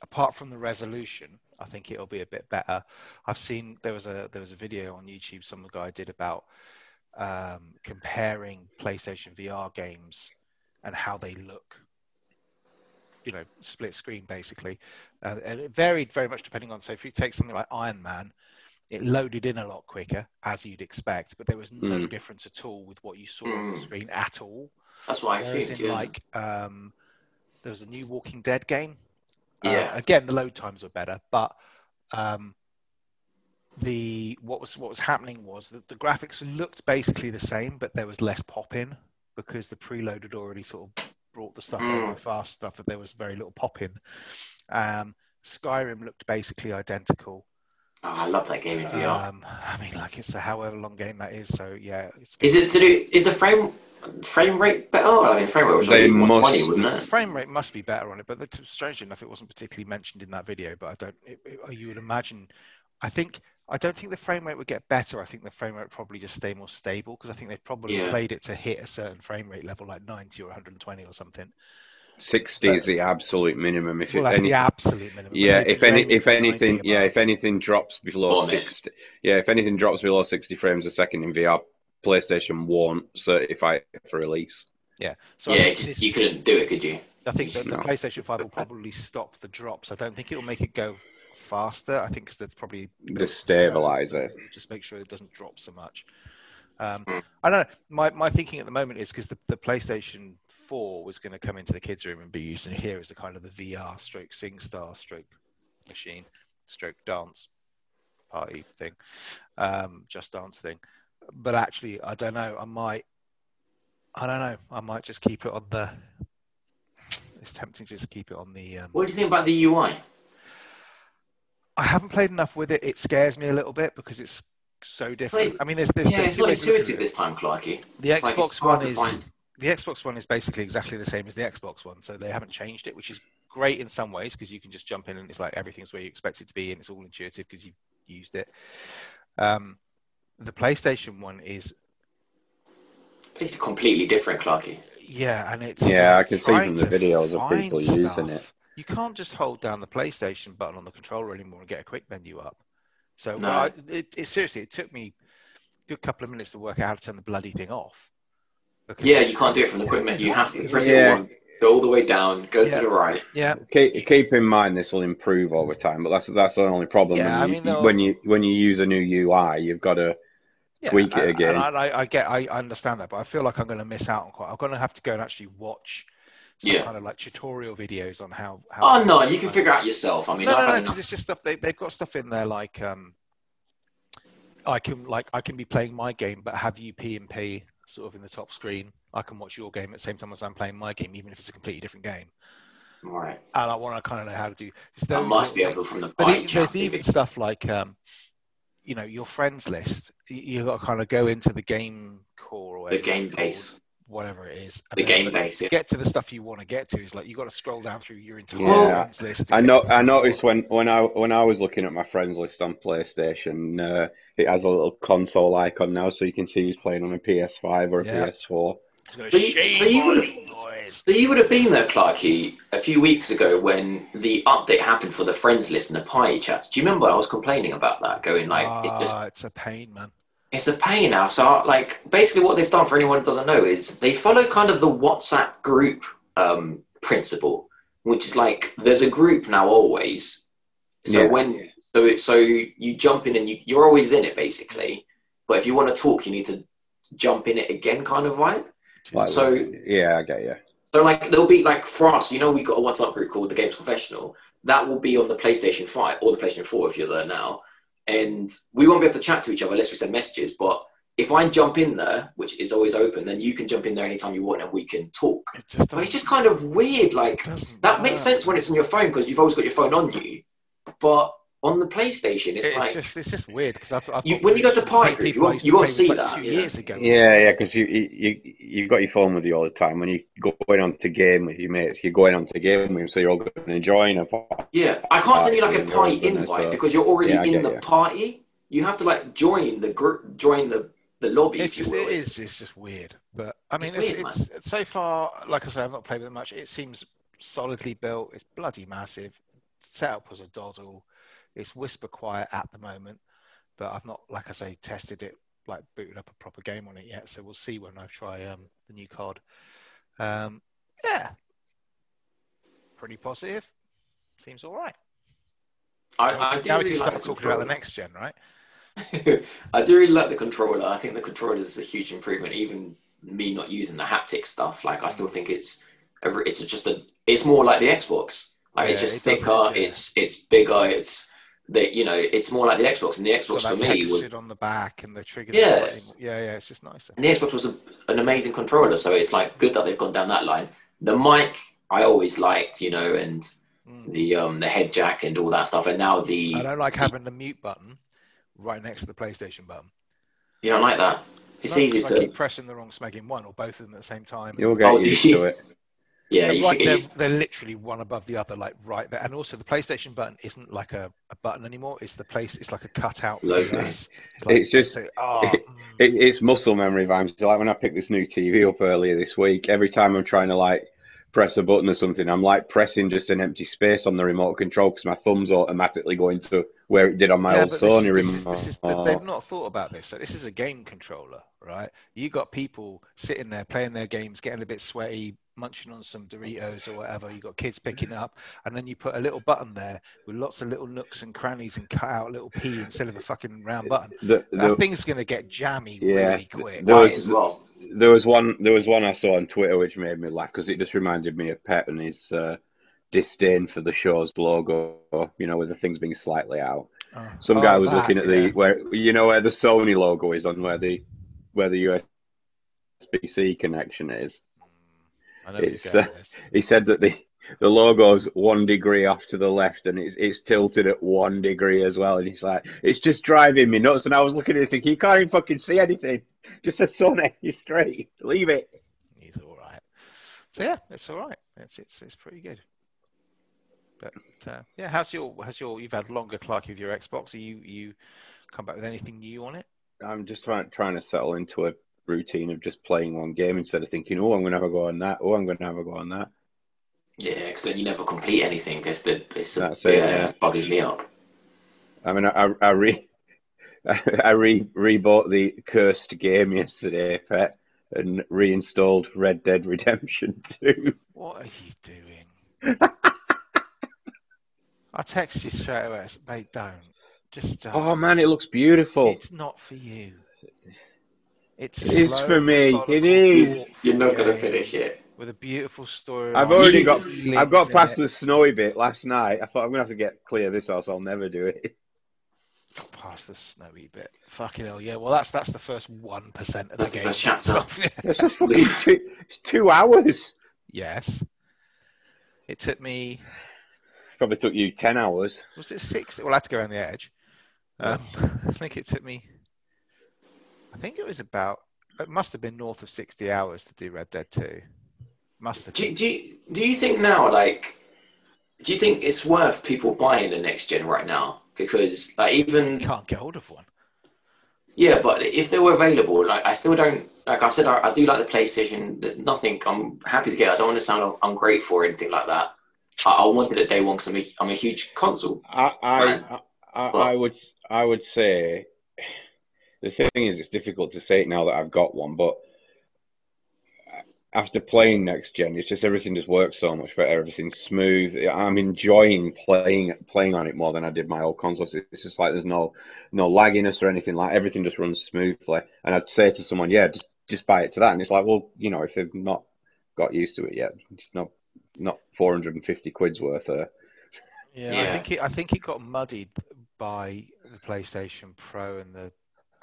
Speaker 2: apart from the resolution, I think it'll be a bit better. I've seen there was a there was a video on YouTube some guy did about um, comparing PlayStation VR games and how they look. You know, split screen basically, uh, and it varied very much depending on. So if you take something like Iron Man. It loaded in a lot quicker, as you'd expect, but there was no
Speaker 3: Mm.
Speaker 2: difference at all with what you saw on the
Speaker 4: Mm.
Speaker 2: screen at all.
Speaker 4: That's what I
Speaker 2: Whereas
Speaker 4: think.
Speaker 2: in
Speaker 4: yeah.
Speaker 2: like um, there was a new Walking Dead game. Uh,
Speaker 4: Yeah.
Speaker 2: again, the load times were better, but um, the what was what was happening was that the graphics looked basically the same, but there was less pop in because the preload had already sort of brought the stuff
Speaker 4: Mm.
Speaker 2: over fast enough that there was very little pop in. Um, Skyrim looked basically identical.
Speaker 4: Oh, I love that game in VR.
Speaker 2: Um, I mean, like it's a however long game that is. So yeah, it's
Speaker 4: Is it to do? Is the frame frame rate better? I mean, frame rate was
Speaker 3: They
Speaker 4: only
Speaker 3: must-
Speaker 4: 120, wasn't
Speaker 2: The
Speaker 4: it?
Speaker 2: frame rate must be better on it, but the, strangely enough, it wasn't particularly mentioned in that video. But I don't. It, it- you would imagine. I think. I don't think the frame rate would get better. I think the frame rate would probably just stay more stable because I think they've probably
Speaker 4: Yeah.
Speaker 2: played it to hit a certain frame rate level, like 90 or 120 or something.
Speaker 3: 60 is the absolute minimum. If
Speaker 2: Well,
Speaker 3: it,
Speaker 2: that's
Speaker 3: any,
Speaker 2: the absolute minimum. but
Speaker 3: yeah,
Speaker 2: they've
Speaker 3: if
Speaker 2: been
Speaker 3: any,
Speaker 2: aiming
Speaker 3: if
Speaker 2: for 90
Speaker 3: anything, yeah,
Speaker 2: above.
Speaker 3: if anything drops below
Speaker 4: Bomb it.
Speaker 3: 60, yeah, if anything drops below 60 frames a second in VR, PlayStation won't certify it for release.
Speaker 2: yeah. So I
Speaker 4: yeah,
Speaker 2: think
Speaker 4: just-
Speaker 2: this-
Speaker 4: you couldn't do it, could you?
Speaker 2: I think that the
Speaker 3: No.
Speaker 2: PlayStation 5 will probably stop the drops. I don't think it'll make it go faster. I think because that's probably
Speaker 3: Just stabilize it. Hmm.
Speaker 2: Just make sure it doesn't drop so much. Um,
Speaker 4: Mm.
Speaker 2: I don't know. My my thinking at the moment is because the, the PlayStation four was going to come into the kids' room and be used in here as a kind of the VR stroke SingStar stroke machine stroke dance party thing, um, just dance thing. But actually, I don't know. I might, I don't know. I might just keep it on the. It's tempting to just keep it on the. Um,
Speaker 4: What do you think about the UI?
Speaker 2: I haven't played enough with it. It scares me a little bit because it's so different.
Speaker 4: Right.
Speaker 2: I mean, there's there's,
Speaker 4: Yeah,
Speaker 2: there's
Speaker 4: it's
Speaker 2: two
Speaker 4: not
Speaker 2: ways to look at
Speaker 4: intuitive
Speaker 2: it.
Speaker 4: this time, Clarky.
Speaker 2: The
Speaker 4: Like,
Speaker 2: Xbox
Speaker 4: it's hard
Speaker 2: One
Speaker 4: to
Speaker 2: is
Speaker 4: find.
Speaker 2: the Xbox One is basically exactly the same as the Xbox One, so they haven't changed it, which is great in some ways because you can just jump in and it's like everything's where you expect it to be and it's all intuitive because you've used it. Um, the PlayStation One is
Speaker 4: It's completely different, Clarky.
Speaker 2: yeah, and it's
Speaker 3: Yeah,
Speaker 2: like
Speaker 3: I can see
Speaker 2: trying
Speaker 3: from the
Speaker 2: to
Speaker 3: videos of
Speaker 2: find
Speaker 3: people using
Speaker 2: stuff.
Speaker 3: it.
Speaker 2: You can't just hold down the PlayStation button on the controller anymore and get a quick menu up. So
Speaker 4: No.
Speaker 2: well, I, it, it seriously, it took me a good couple of minutes to work out how to turn the bloody thing off. Because-
Speaker 4: Yeah, you can't do it from the equipment. You have to press
Speaker 3: Yeah.
Speaker 4: it one, go all the way down, go
Speaker 2: Yeah.
Speaker 4: to the right.
Speaker 2: Yeah,
Speaker 3: Keep, keep in mind this will improve over time, but that's that's the only problem
Speaker 2: Yeah, I
Speaker 3: when, you,
Speaker 2: mean, they'll-
Speaker 3: when you when you use a new UI, you've got to
Speaker 2: yeah,
Speaker 3: tweak it
Speaker 2: and-
Speaker 3: again.
Speaker 2: And I, I- I get, I understand that, but I feel like I'm going to miss out on quite. I'm going to have to go and actually watch some
Speaker 4: Yeah.
Speaker 2: kind of like tutorial videos on how. how
Speaker 4: Oh no, you can figure out yourself. I mean,
Speaker 2: No,
Speaker 4: I've
Speaker 2: no,
Speaker 4: had
Speaker 2: no,
Speaker 4: enough.
Speaker 2: because it's just stuff they they've got stuff in there like um, I can like I can be playing my game, but have you P and P sort of in the top screen. I can watch your game at the same time as I'm playing my game, even if it's a completely different game.
Speaker 4: Right,
Speaker 2: And I want to kind of know how to do. it's
Speaker 4: I
Speaker 2: those
Speaker 4: must be
Speaker 2: little
Speaker 4: able
Speaker 2: things.
Speaker 4: from the
Speaker 2: But
Speaker 4: bike.
Speaker 2: it, there's
Speaker 4: chat,
Speaker 2: even
Speaker 4: maybe.
Speaker 2: stuff like, um, you know, your friends list. You got to kind of go into the game core or
Speaker 4: the
Speaker 2: whatever it's
Speaker 4: game
Speaker 2: called,
Speaker 4: base,
Speaker 2: whatever it is. and
Speaker 4: the
Speaker 2: then-
Speaker 4: game
Speaker 2: but
Speaker 4: base.
Speaker 2: To
Speaker 4: Yeah.
Speaker 2: get to the stuff you want to get to is like you got to scroll down through your entire
Speaker 3: Yeah.
Speaker 2: friends list. to
Speaker 3: I
Speaker 2: get
Speaker 3: know.
Speaker 2: to the
Speaker 3: I
Speaker 2: stuff you
Speaker 3: noticed
Speaker 2: want.
Speaker 3: when when I when I was looking at my friends list on PlayStation, uh, it has a little console icon now, so you can see who's playing on a PS5 or a
Speaker 2: Yeah.
Speaker 3: PS4.
Speaker 2: It's gonna
Speaker 4: So you- so
Speaker 2: shame
Speaker 4: you
Speaker 2: all
Speaker 4: would've-
Speaker 2: you boys.
Speaker 4: So you would have been there, Clarky, a few weeks ago when the update happened for the friends list and the party chats. Do you remember I was complaining about that? Going like, it's just
Speaker 2: Ah, it's a pain, man.
Speaker 4: It's a pain now. So, like, basically, what they've done for anyone who doesn't know is they follow kind of the WhatsApp group um, principle, which is like there's a group now always. So
Speaker 3: Yeah.
Speaker 4: when so it- so you jump in and you you're always in it basically. But if you want to talk, you need to jump in it again, kind of vibe.
Speaker 3: Like,
Speaker 4: So-
Speaker 3: yeah, I get you.
Speaker 4: So like there'll be like for us, you know, we got a WhatsApp group called the Games Confessional. That will be on the PlayStation Five or the PlayStation Four if you're there now, and we won't be able to chat to each other unless we send messages. But if I jump in there, which is always open, then you can jump in there anytime you want and we can talk.
Speaker 2: It just
Speaker 4: But it's
Speaker 2: doesn't.
Speaker 4: just kind of weird. Like
Speaker 2: doesn't
Speaker 4: that makes
Speaker 2: work.
Speaker 4: sense when it's on your phone because you've always got your phone on you. But on the PlayStation, it's,
Speaker 2: It's
Speaker 4: like
Speaker 2: just it's just weird because I've, I've
Speaker 4: You-
Speaker 2: got
Speaker 4: when you go to
Speaker 2: people
Speaker 4: party group, you
Speaker 2: I
Speaker 4: won't-
Speaker 2: used
Speaker 4: you
Speaker 2: to
Speaker 4: won't
Speaker 2: play
Speaker 4: see
Speaker 2: with, like
Speaker 4: that,
Speaker 2: two
Speaker 4: yeah.
Speaker 2: years ago.
Speaker 3: Yeah, yeah, because you you you've got your phone with you all the time. When you are going on to game with your mates, you're going on to game with them, so you're all going to enjoy a party.
Speaker 4: Yeah, I can't send you like a
Speaker 3: Party,
Speaker 4: party
Speaker 3: yeah,
Speaker 4: invite
Speaker 3: so-
Speaker 4: because you're already
Speaker 3: Yeah, I
Speaker 4: in
Speaker 3: get
Speaker 4: the
Speaker 3: you.
Speaker 4: party. You have to like join the group, join the the lobby.
Speaker 2: It's
Speaker 4: if
Speaker 2: just
Speaker 4: you
Speaker 2: it
Speaker 4: will.
Speaker 2: is it's just weird. But I mean, it's
Speaker 4: weird, man.
Speaker 2: it's, so far like I say, I've not played with it much. It seems solidly built. It's bloody massive. Setup was a doddle. It's whisper quiet at the moment, but I've not like I say tested it like booted up a proper game on it yet. So we'll see when I try um, the new COD. Um, yeah, pretty positive. Seems all right.
Speaker 4: I, I do
Speaker 2: now we
Speaker 4: really
Speaker 2: can
Speaker 4: like
Speaker 2: start
Speaker 4: the
Speaker 2: talking about the
Speaker 4: controller.
Speaker 2: next gen, right?
Speaker 4: I do really like the controller. I think the controller is a huge improvement. Even me not using the haptic stuff, like
Speaker 2: Mm.
Speaker 4: I still think it's a re- it's just a it's more like the Xbox. Like it's
Speaker 2: Yeah,
Speaker 4: just
Speaker 2: it does,
Speaker 4: thicker.
Speaker 2: yeah.
Speaker 4: It's it's bigger. It's the you know it's more like the Xbox. And the Xbox
Speaker 2: Got that
Speaker 4: for me was
Speaker 2: textured on the back and the triggers. are
Speaker 4: Yeah,
Speaker 2: slightly
Speaker 4: it's-
Speaker 2: more- yeah, yeah. It's just nicer.
Speaker 4: And the Xbox was a, an amazing controller, so it's like good that they've gone down that line. The mic I always liked, you know, and
Speaker 2: Mm.
Speaker 4: the um the head jack and all that stuff. And now the
Speaker 2: I don't like having the mute button right next to the PlayStation button.
Speaker 4: you don't like that. It's
Speaker 2: No,
Speaker 4: easy
Speaker 2: 'cause I
Speaker 4: to
Speaker 2: keep pressing the wrong smegging one or both of them at the same time.
Speaker 3: You'll get
Speaker 4: Oh, do
Speaker 3: used
Speaker 4: you?
Speaker 3: to it.
Speaker 4: yeah.
Speaker 2: They're
Speaker 4: You
Speaker 2: right,
Speaker 4: should get
Speaker 2: they're,
Speaker 4: used.
Speaker 2: they're literally one above the other, like right there. And also, the PlayStation button isn't like a, a button anymore. It's the place. It's like a cutout.
Speaker 4: Logo.
Speaker 2: PS. It's, like-
Speaker 3: It's just-
Speaker 2: so- ah,
Speaker 3: it-
Speaker 2: mm.
Speaker 3: It, it's muscle memory vibes. It's Like when I picked this new TV up earlier this week, every time I'm trying to like press a button or something, I'm like pressing just an empty space on the remote control because my thumb's automatically going to where it did on my
Speaker 2: yeah,
Speaker 3: old
Speaker 2: but
Speaker 3: Sony uh,
Speaker 2: this,
Speaker 3: remote.
Speaker 2: is- this is, this is that they've not thought about this. So this is a game controller, right? You got people sitting there playing their games, getting a bit sweaty, munching on some Doritos or whatever. You got kids picking up, and then you put a little button there with lots of little nooks and crannies and cut out a little P instead of a fucking round button.
Speaker 3: The-
Speaker 2: That
Speaker 3: Uh, the-
Speaker 2: thing's gonna get jammy
Speaker 3: Yeah,
Speaker 2: really quick.
Speaker 3: the-
Speaker 4: Right
Speaker 3: those-
Speaker 4: as well.
Speaker 3: there was one there was one I saw on Twitter which made me laugh because it just reminded me of Pep and his uh, disdain for the show's logo. You know, with the things being slightly out.
Speaker 2: Oh.
Speaker 3: Some guy
Speaker 2: Oh,
Speaker 3: was
Speaker 2: that,
Speaker 3: looking at the
Speaker 2: yeah.
Speaker 3: where you know where the Sony logo is on where the where the USB-C connection is.
Speaker 2: Mm, I know where you're
Speaker 3: it's,
Speaker 2: going
Speaker 3: uh,
Speaker 2: with this.
Speaker 3: He said that the the logo's one degree off to the left and it's it's tilted at one degree as well. And he's like, it's just driving me nuts. And I was looking at it thinking, you can't even fucking see anything. Just a Sony, you're straight. Leave it.
Speaker 2: He's all right. So yeah, it's all right. It's it's it's pretty good. But uh, yeah, how's your how's your you've had longer Clarky with your Xbox? Are you you come back with anything new on it?
Speaker 3: I'm just trying trying to settle into a routine of just playing one game instead of thinking, oh, I'm going to have a go on that. Oh, I'm going to have a go on that.
Speaker 4: Yeah, because then you never complete anything. It's the it's the,
Speaker 3: That's it,
Speaker 4: yeah,
Speaker 3: yeah.
Speaker 4: buggers me up.
Speaker 3: I mean, I I re I re rebought the cursed game yesterday, pet, and reinstalled Red Dead Redemption 2.
Speaker 2: What are you doing? I text you straight away, it's, mate. Don't just don't.
Speaker 3: Oh man, it looks beautiful.
Speaker 2: It's not for you. It's a
Speaker 3: It is
Speaker 2: slow,
Speaker 3: for me. It
Speaker 2: methodical,
Speaker 3: is.
Speaker 2: thoughtful
Speaker 4: You're not gonna
Speaker 2: game
Speaker 4: finish it.
Speaker 2: with a beautiful story.
Speaker 3: I've
Speaker 2: line.
Speaker 3: already
Speaker 2: It
Speaker 3: got-
Speaker 2: really
Speaker 3: I've
Speaker 2: lives
Speaker 3: got
Speaker 2: in
Speaker 3: past
Speaker 2: it.
Speaker 3: the snowy bit last night. I thought I'm gonna have to get clear of this, or else I'll never do it.
Speaker 2: Got past the snowy bit. Fucking hell, yeah. Well, that's that's the first one percent of
Speaker 4: That's
Speaker 2: the
Speaker 4: the
Speaker 2: game.
Speaker 4: first chapter.
Speaker 2: itself.
Speaker 3: It's just fucking two, it's two hours.
Speaker 2: yes, it took me.
Speaker 3: Probably took you ten hours.
Speaker 2: Was it six? Well, I had to go around the edge. Um, I think it took me. I think it was about. It must have been north of sixty hours to do Red Dead Two. Must have.
Speaker 4: Do,
Speaker 2: Been.
Speaker 4: do, you- do you think now, like, do you think it's worth people buying the next gen right now? Because, like, even,
Speaker 2: Can't get hold of one.
Speaker 4: yeah, but if they were available, like, I still don't, like I said, I, I do like the PlayStation. There's nothing, I'm happy to get it. I don't want to sound ungrateful or anything like that. I, I wanted it day one because I'm a, I'm a huge console.
Speaker 3: I I,
Speaker 4: Right.
Speaker 3: I, I would I would say the thing is it's difficult to say it now that I've got one, but after playing next gen, it's just everything just works so much better. Everything's smooth. I'm enjoying playing playing on it more than I did my old consoles. It's just like there's no no lagginess or anything like. Everything just runs smoothly. And I'd say to someone, yeah, just just buy it to that. And it's like, well, you know, if they've not got used to it yet, it's not not 450 quid's worth. Uh,
Speaker 2: Yeah, I
Speaker 4: Yeah.
Speaker 2: think it, I think it got muddied by the PlayStation Pro and the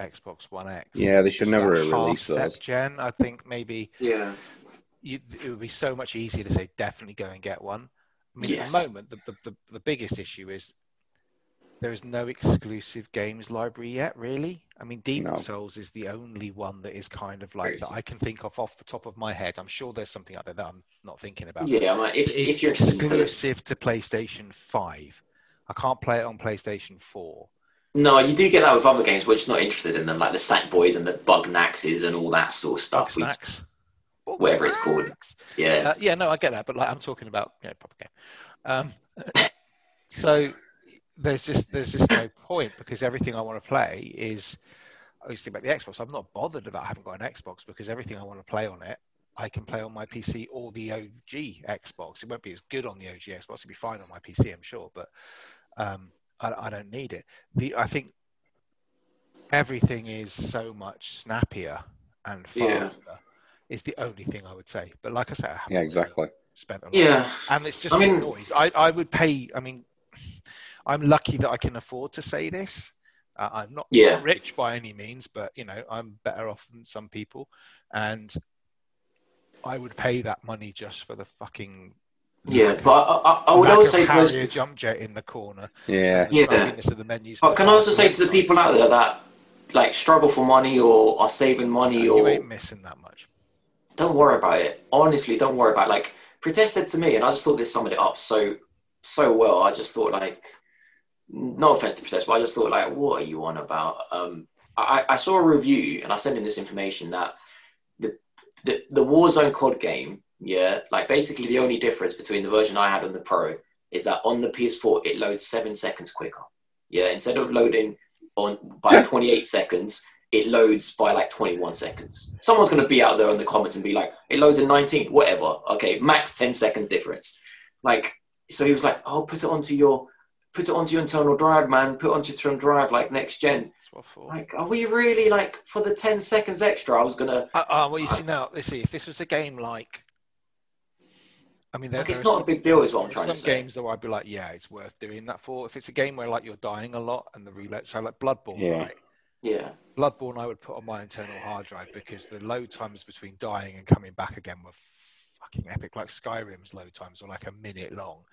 Speaker 2: Xbox One X.
Speaker 3: yeah, they should
Speaker 2: It's
Speaker 3: never
Speaker 2: that
Speaker 3: release
Speaker 2: half-step
Speaker 3: those.
Speaker 2: gen. I think maybe
Speaker 4: Yeah.
Speaker 2: you, it would be so much easier to say definitely go and get one. I mean,
Speaker 4: Yes.
Speaker 2: at the moment, the, the, the, the biggest issue is there is no exclusive games library yet, really. I mean, Demon
Speaker 3: No.
Speaker 2: Souls is the only one that is kind of like that
Speaker 4: Crazy.
Speaker 2: I can think of off the top of my head. I'm sure there's something out there that I'm not thinking about
Speaker 4: Yeah, I'm like, if,
Speaker 2: it's
Speaker 4: if you're exclusive.
Speaker 2: exclusive to PlayStation 5. I can't play it on PlayStation 4.
Speaker 4: No, you do get that with other games. We're just not interested in them, like the Sack Boys and the Bug Naxes and all that sort of
Speaker 2: Bug
Speaker 4: stuff. Oh, We-
Speaker 2: snacks. Bug
Speaker 4: Whatever it's called.
Speaker 2: snacks.
Speaker 4: yeah.
Speaker 2: Uh, yeah, no, I get that, but like I'm talking about you know, proper game. Um, so there's just there's just no point because everything I want to play is I was thinking about the Xbox. I'm not bothered about having got an Xbox because everything I want to play on it, I can play on my PC or the OG Xbox. It won't be as good on the OG Xbox. It'll be fine on my PC, I'm sure, but um, I, I don't need it. The I think everything is so much snappier and
Speaker 4: Yeah.
Speaker 2: faster. Is the only thing I would say. But like I said, I haven't
Speaker 3: Yeah,
Speaker 2: really
Speaker 3: exactly.
Speaker 2: spent a lot
Speaker 4: Yeah.
Speaker 2: and it's just
Speaker 4: I
Speaker 2: the
Speaker 4: mean-
Speaker 2: noise. I, I would pay. I mean, I'm lucky that I can afford to say this. Uh, I'm not
Speaker 4: Yeah.
Speaker 2: rich by any means, but you know, I'm better off than some people, and I would pay that money just for the fucking
Speaker 4: Yeah,
Speaker 2: lack
Speaker 4: but
Speaker 2: of-
Speaker 4: I, I, I would
Speaker 2: lack
Speaker 4: also say
Speaker 2: of
Speaker 4: to those.
Speaker 2: Harrier jump jet in the corner.
Speaker 3: Yeah.
Speaker 2: the
Speaker 4: Yeah.
Speaker 2: smugness of the menus.
Speaker 4: But can I also say to the people out there that like struggle for money or are saving
Speaker 2: No,
Speaker 4: money
Speaker 2: Uh, you
Speaker 4: or
Speaker 2: ain't missing that much.
Speaker 4: don't worry about it. Honestly, don't worry about it. like Protest said to me, and I just thought this summed it up so so well. I just thought like, no offense to Protest, but I just thought like, what are you on about? Um, I, I I saw a review and I sent in this information that the the, the Warzone COD game, yeah, like basically the only difference between the version I had and the Pro is that on the PS4 it loads seven seconds quicker. Yeah, instead of loading on by 28 seconds, it loads by like 21 seconds. Someone's going to be out there in the comments and be like, it loads in 19, whatever. Okay, max 10 seconds difference. Like, so he was like, oh, put it onto your put it onto your internal drive, man. Put it onto your internal drive like next gen.
Speaker 2: That's what I thought.
Speaker 4: Like, are we really like for the ten seconds extra? I was gonna.
Speaker 2: Uh, uh, well, you see now, let's see. If this was a game like, I mean, there,
Speaker 4: Like, it's
Speaker 2: there are
Speaker 4: not a big deal, is what I'm
Speaker 2: some,
Speaker 4: trying to
Speaker 2: some
Speaker 4: say.
Speaker 2: games though I'd be like, yeah, it's worth doing that for. If it's a game where like you're dying a lot and the reload, so like Bloodborne,
Speaker 3: Yeah.
Speaker 2: right?
Speaker 4: Yeah,
Speaker 2: Bloodborne, I would put on my internal hard drive because the load times between dying and coming back again were fucking epic. Like Skyrim's load times were like a minute long,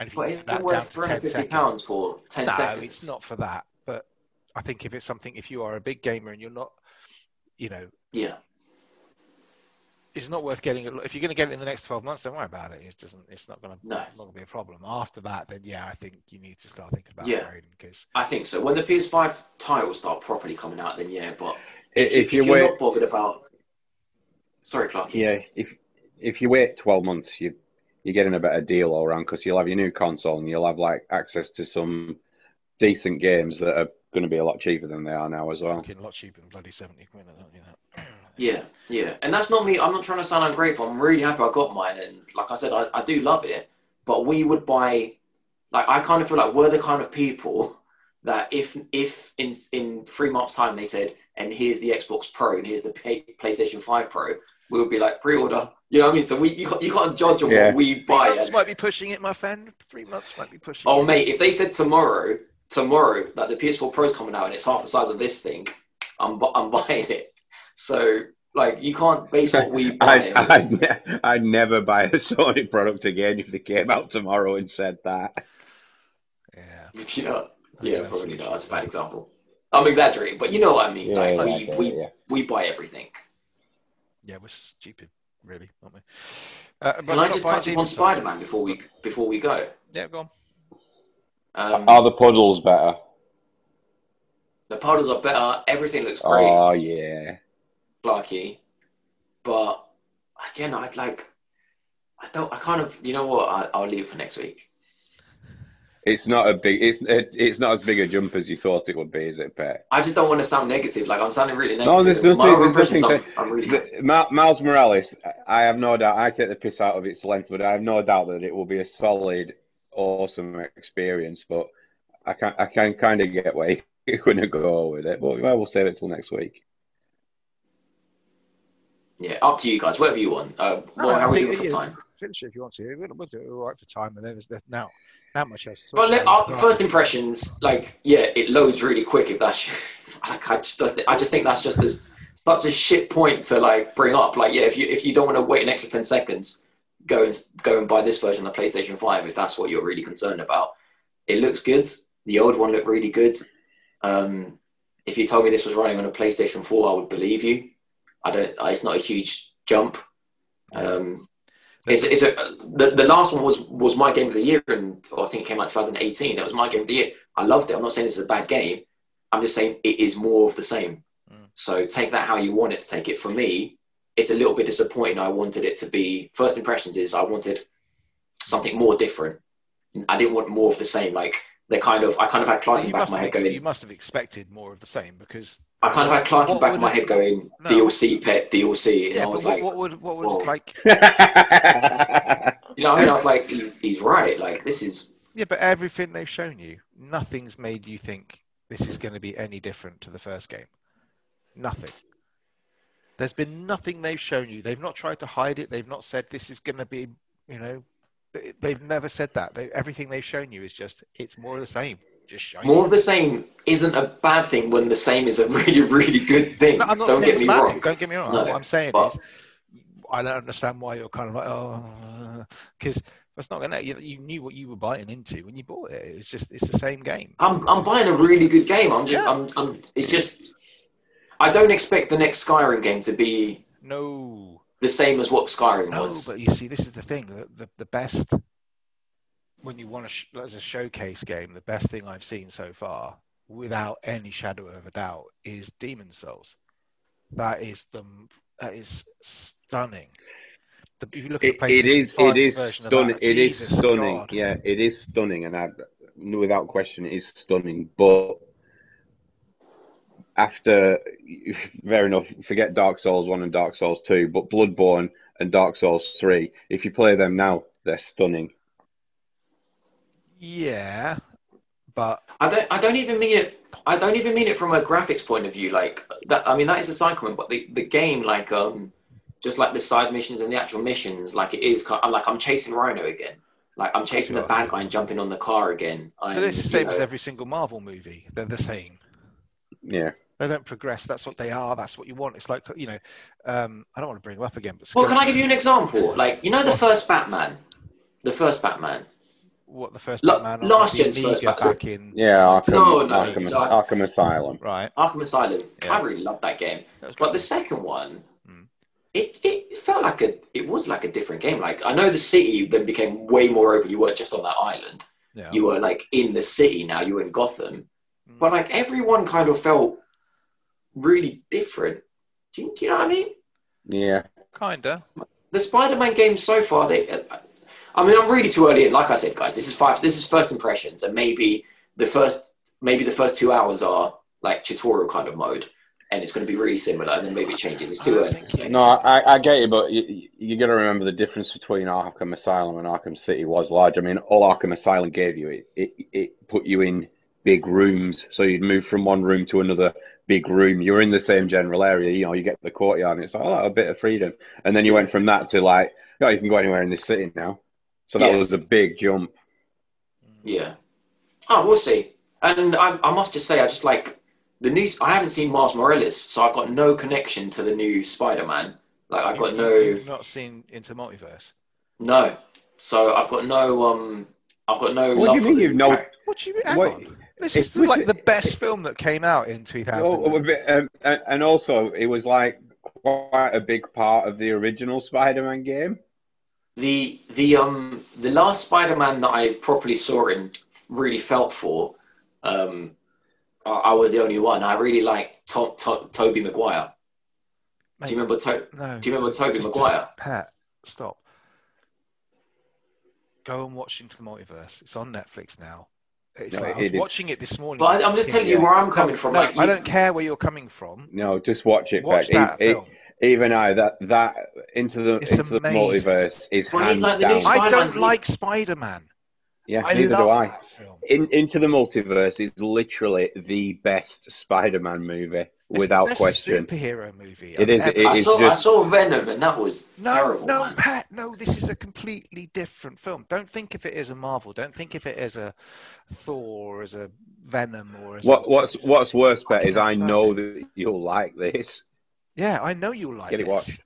Speaker 2: and if you
Speaker 4: but
Speaker 2: get
Speaker 4: isn't
Speaker 2: that
Speaker 4: it
Speaker 2: down
Speaker 4: worth
Speaker 2: to ten
Speaker 4: 350
Speaker 2: seconds,
Speaker 4: pounds for ten
Speaker 2: no,
Speaker 4: seconds?
Speaker 2: it's not for that. But I think if it's something, if you are a big gamer and you're not, you know,
Speaker 4: Yeah,
Speaker 2: it's not worth getting it. If you're going to get it in the next 12 months, don't worry about it. It doesn't. It's not going to.
Speaker 4: No.
Speaker 2: Not going to be a problem. After that, then yeah, I think you need to start thinking about
Speaker 4: Yeah.
Speaker 2: upgrading because
Speaker 4: I think so. When the PS5 titles start properly coming out, then yeah. But
Speaker 3: If,
Speaker 4: you-
Speaker 3: if you
Speaker 4: you're
Speaker 3: wait,
Speaker 4: not bothered about, sorry, Clark.
Speaker 3: yeah, if if you wait twelve months, you you're getting a better deal all around because you'll have your new console and you'll have like access to some decent games that are going to be a lot cheaper than they are now as well.
Speaker 2: fucking lot cheaper than bloody 70 quid. I don't, you know.
Speaker 4: Yeah, yeah. And that's not me. I'm not trying to sound ungrateful. I'm really happy I got mine. And like I said, I, I do love it. But we would buy, like, I kind of feel like we're the kind of people that if if in in three months' time they said, and here's the Xbox Pro and here's the P- PlayStation 5 Pro, we would be like, pre order. You know what I mean? So we you, can't- you can't judge on
Speaker 3: Yeah.
Speaker 4: what we
Speaker 2: Three
Speaker 4: buy.
Speaker 2: months
Speaker 4: as-
Speaker 2: might be pushing it, my friend. Three months might be pushing.
Speaker 4: Oh
Speaker 2: it.
Speaker 4: mate, if they said tomorrow, tomorrow that the PS4 Pro's coming out and it's half the size of this thing, I'm bu- I'm buying it. So like you can't base what we buy.
Speaker 3: I'd, I'd, ne- I'd never buy a Sony product again if they came out tomorrow and said that.
Speaker 2: Yeah.
Speaker 4: you know,
Speaker 2: I think
Speaker 4: yeah,
Speaker 2: that's
Speaker 4: probably
Speaker 2: solution.
Speaker 4: not. That's a bad example. I'm exaggerating, but you know what I mean. like we we we buy everything.
Speaker 2: Yeah, we're stupid, really, aren't we? Uh, but
Speaker 4: Can
Speaker 2: we're
Speaker 4: I
Speaker 2: not
Speaker 4: just
Speaker 2: buying
Speaker 4: touch upon
Speaker 2: Demon's Souls.
Speaker 4: Spider Man before we before we go?
Speaker 2: Yeah, go on.
Speaker 4: Um,
Speaker 2: Uh,
Speaker 3: Are the puddles better?
Speaker 4: the powders are better. Everything looks great.
Speaker 2: Uh,
Speaker 3: Oh yeah.
Speaker 4: Clarky. But again, I'd like. I don't. I kind of. You know what? I, I'll leave it for next week.
Speaker 3: It's not a big. It's it, it's not as big a jump as you thought it would be, is it, Pet?
Speaker 4: I just don't want to sound negative. Like I'm sounding really negative.
Speaker 3: No, there's
Speaker 4: My
Speaker 3: nothing-
Speaker 4: own
Speaker 3: there's nothing
Speaker 4: impressions. I'm,
Speaker 3: to-
Speaker 4: I'm really.
Speaker 3: The- Ma- Miles Morales. I have no doubt. I take the piss out of its length, but I have no doubt that it will be a solid, awesome experience. But I can I can kind of get where you're going to go with it. But I will save it till next week.
Speaker 4: Yeah, up to you guys. Whatever you want. Uh,
Speaker 2: No,
Speaker 4: what,
Speaker 2: I
Speaker 4: how are we
Speaker 2: think
Speaker 4: doing for
Speaker 2: that you-
Speaker 4: time?
Speaker 2: Finish it if you want to. We'll, we'll do it all right for time, and then there's there's now not much else. To talk
Speaker 4: But let,
Speaker 2: about.
Speaker 4: uh, first impressions, like yeah, it loads really quick. If that's like, I just don't thi- I just think that's just as such a shit point to like bring up. Like yeah, if you if you don't want to wait an extra ten seconds, go and go and buy this version of the PlayStation Five if that's what you're really concerned about. It looks good. The old one looked really good. Um, if you told me this was running on a PlayStation Four, I would believe you. I don't. I, it's not a huge jump. Um, it's, it's a, the, the last one was was my game of the year, and or I think it came out 2018. That was my game of the year. I loved it. I'm not saying this is a bad game. I'm just saying it is more of the same.
Speaker 2: Mm.
Speaker 4: So take that how you want it to take it. For me, it's a little bit disappointing. I wanted it to be first impressions. Is I wanted something more different. I didn't want more of the same. Like the kind of I kind of had Clark in
Speaker 2: you
Speaker 4: the back of
Speaker 2: must,
Speaker 4: my
Speaker 2: have
Speaker 4: head
Speaker 2: ex-
Speaker 4: going.
Speaker 2: you must have expected more of the same because
Speaker 4: I kind of had Clark in the
Speaker 2: What
Speaker 4: back of
Speaker 2: would
Speaker 4: my
Speaker 2: have-
Speaker 4: head going
Speaker 2: No.
Speaker 4: DLC pet DLC, and
Speaker 2: yeah,
Speaker 4: I
Speaker 2: but
Speaker 4: was
Speaker 2: what,
Speaker 4: like,
Speaker 2: what would what would
Speaker 4: whoa.
Speaker 2: like
Speaker 4: you know, what I mean, I was like, he, he's right. Like this is
Speaker 2: yeah, but everything they've shown you, nothing's made you think this is going to be any different to the first game. Nothing. There's been nothing they've shown you. They've not tried to hide it. They've not said this is going to be, you know, they- they've never said that. They, everything they've shown you is just it's more of the same. Just shiny.
Speaker 4: More of the same isn't a bad thing when the same is a really, really good thing.
Speaker 2: No, I'm not saying
Speaker 4: Don't get
Speaker 2: it's
Speaker 4: me
Speaker 2: bad.
Speaker 4: wrong.
Speaker 2: Don't get me wrong.
Speaker 4: No,
Speaker 2: what I'm saying
Speaker 4: but-
Speaker 2: is, I don't understand why you're kind of like, oh, because that's not gonna. You, you knew what you were biting into when you bought it. It's just it's the same game.
Speaker 4: I'm, I'm buying a really good game. I'm, just,
Speaker 2: Yeah.
Speaker 4: I'm, I'm, it's just, I don't expect the next Skyrim game to be
Speaker 2: No,
Speaker 4: the same as what Skyrim
Speaker 2: no.
Speaker 4: was.
Speaker 2: But you see, this is the thing. The the, the best when you want to sh- as a showcase game, the best thing I've seen so far, without any shadow of a doubt, is Demon Souls. That is the that is stunning. The, if you look at
Speaker 3: It,
Speaker 2: the
Speaker 3: it
Speaker 2: PlayStation
Speaker 3: is
Speaker 2: 5
Speaker 3: it is
Speaker 2: version of
Speaker 3: stunning.
Speaker 2: that,
Speaker 3: It is
Speaker 2: Jesus
Speaker 3: stunning.
Speaker 2: God.
Speaker 3: Yeah, it is stunning, and I, without question, it is stunning. But after, fair enough. Forget Dark Souls one and Dark Souls two, but Bloodborne and Dark Souls three. If you play them now, they're stunning.
Speaker 2: Yeah, But
Speaker 4: I don't. I don't even mean it. I don't even mean it from a graphics point of view. Like that. I mean, that is a side comment, but the, the game, like, um, just like the side missions and the actual missions, like it is. I'm like I'm chasing Rhino again. Like I'm chasing the bad guy and jumping on the car again. I'm,
Speaker 2: but it's the same
Speaker 4: you know,
Speaker 2: as every single Marvel movie. They're the same.
Speaker 3: Yeah.
Speaker 2: They don't progress. That's what they are. That's what you want. It's like you know. Um, I don't want to bring them up again. But
Speaker 4: Well, can I
Speaker 2: Skulls-
Speaker 4: give you an example? Like you know the first Batman, the first Batman.
Speaker 2: what the first
Speaker 4: La-
Speaker 2: Batman? on
Speaker 4: last
Speaker 2: the
Speaker 4: gen's
Speaker 2: Amiga
Speaker 4: first Batman.
Speaker 2: back in
Speaker 3: Yeah, Arkham,
Speaker 4: No, no,
Speaker 3: Arkham,
Speaker 4: it's not.
Speaker 3: Arkham Asylum.
Speaker 2: right.
Speaker 4: Arkham Asylum.
Speaker 2: Yeah.
Speaker 4: I really loved that game.
Speaker 2: That was
Speaker 4: But
Speaker 2: good.
Speaker 4: the second one,
Speaker 2: Mm.
Speaker 4: it, it felt like a it was like a different game. Like I know the city then became way more open. You weren't just on that island.
Speaker 2: yeah.
Speaker 4: You were like in the city now. You were in Gotham.
Speaker 2: Mm.
Speaker 4: But like everyone kind of felt really different. Do you, do you know what I mean?
Speaker 3: Yeah.
Speaker 2: kinda.
Speaker 4: The Spider-Man games so far, they. uh, I mean, I'm really too early in. Like I said, guys, this is five. This is first impressions, and maybe the first maybe the first two hours are like tutorial kind of mode, and it's going to be really similar, and then maybe it changes. It's
Speaker 2: I
Speaker 4: too
Speaker 2: don't
Speaker 4: early to
Speaker 2: think
Speaker 4: say.
Speaker 3: No, I, I get you, but you, you got to remember the difference between Arkham Asylum and Arkham City was large. I mean, all Arkham Asylum gave you it, it, it put you in big rooms, so you'd move from one room to another big room. You're in the same general area, you know. You get the courtyard, and it's like oh, a bit of freedom, and then you went from that to like, no, you can go anywhere in this city now. So that
Speaker 4: Yeah.
Speaker 3: was a big jump.
Speaker 4: Yeah. Oh, we'll see. And I, I must just say, I just like the news. I haven't seen Mars Morales, so I've got no connection to the new Spider-Man. Like I've got
Speaker 2: You-
Speaker 4: no,
Speaker 2: You've not seen Into Multiverse.
Speaker 4: no. So I've got no, um, I've got no.
Speaker 3: What do
Speaker 4: love
Speaker 3: you
Speaker 4: for
Speaker 3: mean
Speaker 4: the
Speaker 3: you've
Speaker 4: new
Speaker 3: no-
Speaker 4: character.
Speaker 2: What do you mean? Hang
Speaker 3: What-
Speaker 2: on. This
Speaker 3: it's
Speaker 2: is like
Speaker 3: with-
Speaker 2: the best film that came out in 2000.
Speaker 3: Oh, a bit, um, and, and also, it was like quite a big part of the original Spider-Man game.
Speaker 4: The the um the last Spider-Man that I properly saw and really felt for, um, I, I was the only one. I really liked Tom, to, Toby Maguire. Do you
Speaker 2: Mate,
Speaker 4: remember to,
Speaker 2: no.
Speaker 4: Do you remember Toby
Speaker 2: Just-
Speaker 4: Maguire?
Speaker 2: just- Pat, stop. Go and watch Into the Multiverse. It's on Netflix now. It's
Speaker 3: No,
Speaker 2: like, I
Speaker 3: it
Speaker 2: was
Speaker 3: is.
Speaker 2: watching it this morning.
Speaker 4: But I, I'm just telling you
Speaker 2: Yeah.
Speaker 4: where I'm coming
Speaker 2: No,
Speaker 4: from.
Speaker 2: no,
Speaker 4: like
Speaker 2: I
Speaker 4: you-
Speaker 2: don't care where you're coming from.
Speaker 3: No, just watch it.
Speaker 2: Watch
Speaker 3: Beck. E-
Speaker 2: that
Speaker 3: e-
Speaker 2: film.
Speaker 3: even I that that into the
Speaker 2: It's
Speaker 3: into the
Speaker 2: amazing.
Speaker 3: multiverse is
Speaker 4: Well, he's
Speaker 3: hands
Speaker 4: like the
Speaker 3: down.
Speaker 4: new
Speaker 2: I
Speaker 4: Spider-Man's-
Speaker 2: don't like Spider Man.
Speaker 3: yeah,
Speaker 2: I
Speaker 3: neither
Speaker 2: love
Speaker 3: do I.
Speaker 2: that film.
Speaker 3: In, into the multiverse is literally the best Spider-Man movie
Speaker 2: It's
Speaker 3: without
Speaker 2: the best
Speaker 3: question.
Speaker 2: Superhero movie.
Speaker 3: It is-
Speaker 2: I've
Speaker 3: it
Speaker 2: ever
Speaker 4: I
Speaker 3: is
Speaker 2: seen.
Speaker 4: saw, I
Speaker 3: just-
Speaker 4: saw Venom, and that was
Speaker 2: No,
Speaker 4: terrible.
Speaker 2: no,
Speaker 4: man.
Speaker 2: Pat, no, this is a completely different film. Don't think of it as a Marvel. Don't think of it as a Thor, or as a Venom, or as a-
Speaker 3: What what's what's worse,
Speaker 2: I
Speaker 3: bet is I
Speaker 2: can't
Speaker 3: know that you'll like this.
Speaker 2: Yeah, I know you'll like
Speaker 3: Get it
Speaker 2: this.
Speaker 3: watched.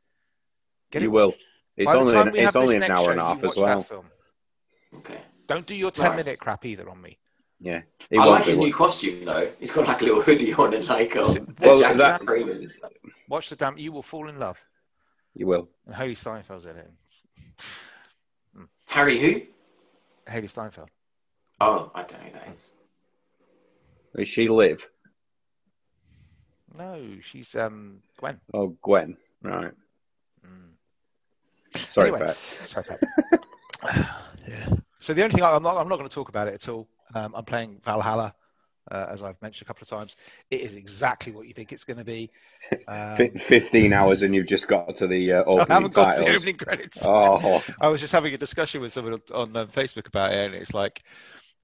Speaker 2: Get
Speaker 3: you
Speaker 2: it
Speaker 3: will.
Speaker 2: watched.
Speaker 3: It's
Speaker 2: By the
Speaker 3: only
Speaker 2: time
Speaker 3: an,
Speaker 2: we
Speaker 3: it's
Speaker 2: have this
Speaker 3: only an
Speaker 2: next
Speaker 3: hour
Speaker 2: show,
Speaker 3: and a
Speaker 2: you
Speaker 3: half as
Speaker 2: watch that
Speaker 3: well.
Speaker 2: film.
Speaker 4: Okay.
Speaker 2: Don't do your ten
Speaker 4: Right.
Speaker 2: minute crap either on me.
Speaker 3: Yeah, it
Speaker 4: I
Speaker 3: won't
Speaker 4: like
Speaker 3: be
Speaker 4: his
Speaker 3: one.
Speaker 4: new costume though. He's got like a little hoodie on and like um,
Speaker 2: Well,
Speaker 4: a jacket
Speaker 3: that-
Speaker 4: and trainers and stuff.
Speaker 2: Watch the damn. You will fall in love.
Speaker 3: You will.
Speaker 2: And Haley Steinfeld's in it.
Speaker 4: Harry who?
Speaker 2: Haley Steinfeld.
Speaker 4: Oh, I don't know who that is.
Speaker 3: Does she live?
Speaker 2: No, she's um Gwen.
Speaker 3: Oh, Gwen. Right.
Speaker 2: Mm.
Speaker 3: Sorry,
Speaker 2: anyway,
Speaker 3: Pat.
Speaker 2: sorry, Pat. yeah. So the only thing I, I'm not I'm not going to talk about it at all. Um, I'm playing Valhalla, uh, as I've mentioned a couple of times. It is exactly what you think it's going to be. Um,
Speaker 3: Fi Fifteen hours, and you've just got to the uh, opening
Speaker 2: I haven't got to
Speaker 3: titles.
Speaker 2: the opening credits.
Speaker 3: Oh,
Speaker 2: I was just having a discussion with someone on um, Facebook about it, and it's like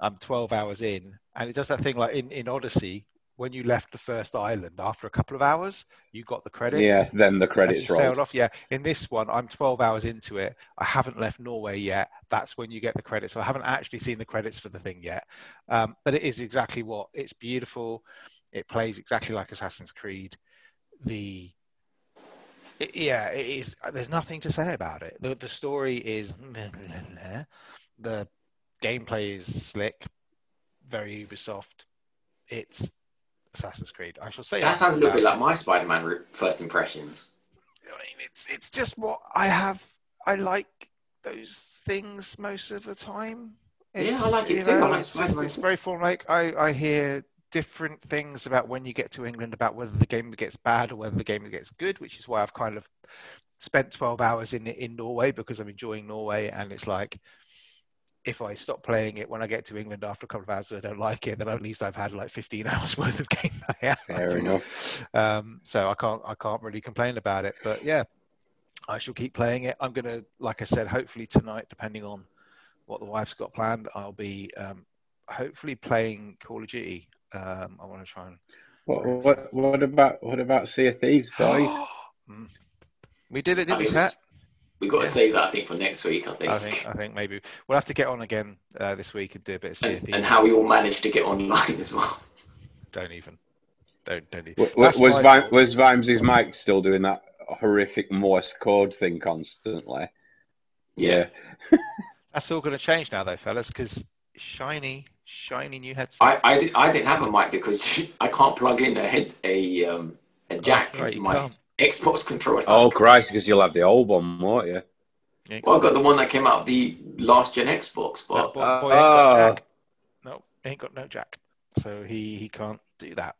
Speaker 2: I'm 12 hours in, and it does that thing like in, in Odyssey when you left the first island after a couple of hours, you got the credits.
Speaker 3: yeah. Then the
Speaker 2: As
Speaker 3: credits
Speaker 2: you sailed
Speaker 3: roll.
Speaker 2: off, yeah. In this one, I'm 12 hours into it. I haven't left Norway yet. That's when you get the credits. So I haven't actually seen the credits for the thing yet. Um, but it is exactly what it's beautiful. It plays exactly like Assassin's Creed. The it- yeah, it is. There's nothing to say about it. The, the story is the gameplay is slick, very Ubisoft. It's Assassin's Creed. I shall say
Speaker 4: That sounds a little
Speaker 2: about
Speaker 4: bit
Speaker 2: it.
Speaker 4: like my Spider-Man re- first impressions.
Speaker 2: I mean, it's it's just what I have. I like those things most of the time.
Speaker 4: Yeah, I
Speaker 2: It's,
Speaker 4: like it
Speaker 2: you
Speaker 4: too. I
Speaker 2: know,
Speaker 4: like
Speaker 2: it's, just,
Speaker 4: Spider-Man.
Speaker 2: it's very formulaic. I I hear different things about when you get to England about whether the game gets bad or whether the game gets good, which is why I've kind of spent 12 hours in in Norway because I'm enjoying Norway and it's like if I stop playing it when I get to England after a couple of hours and I don't like it, then at least I've had like 15 hours worth of gameplay.
Speaker 3: Fair enough.
Speaker 2: Um, so I can't I can't really complain about it. But yeah, I shall keep playing it. I'm gonna, like I said, hopefully tonight, depending on what the wife's got planned, I'll be um, hopefully playing Call of Duty. Um, I want to try and.
Speaker 3: What, what what about what about Sea of Thieves, boys?
Speaker 2: Mm. we did it, didn't
Speaker 4: I
Speaker 2: we,
Speaker 4: mean,
Speaker 2: Pat?
Speaker 4: We've got
Speaker 2: Yeah.
Speaker 4: to save that, I think, for next week. I think.
Speaker 2: I think I think maybe we'll have to get on again uh, this week and do a bit of Sea of
Speaker 4: and,
Speaker 2: Thieves.
Speaker 4: and how we all managed to get online as well.
Speaker 2: Don't even. Don't don't. Even.
Speaker 3: W- w- Was
Speaker 2: my
Speaker 3: Vi-
Speaker 2: fault.
Speaker 3: was Vimesy's mic still doing that horrific Morse code thing constantly?
Speaker 2: That's all going to change now, though, fellas, because shiny, shiny new headset.
Speaker 4: I I, did, I didn't have a mic because I can't plug in a head a um a
Speaker 2: Oh,
Speaker 4: jack
Speaker 2: that's right,
Speaker 4: into
Speaker 2: you
Speaker 4: my
Speaker 2: can't.
Speaker 4: Xbox controller.
Speaker 3: Oh Christ, because you'll have the old one, won't you?
Speaker 2: Yeah,
Speaker 4: Well, I got the one that came out of the last gen Xbox,
Speaker 2: that
Speaker 4: but
Speaker 2: boy, boy ain't got
Speaker 4: Oh.
Speaker 3: Ah.
Speaker 2: jack. No, ain't got no jack, so he he can't do that.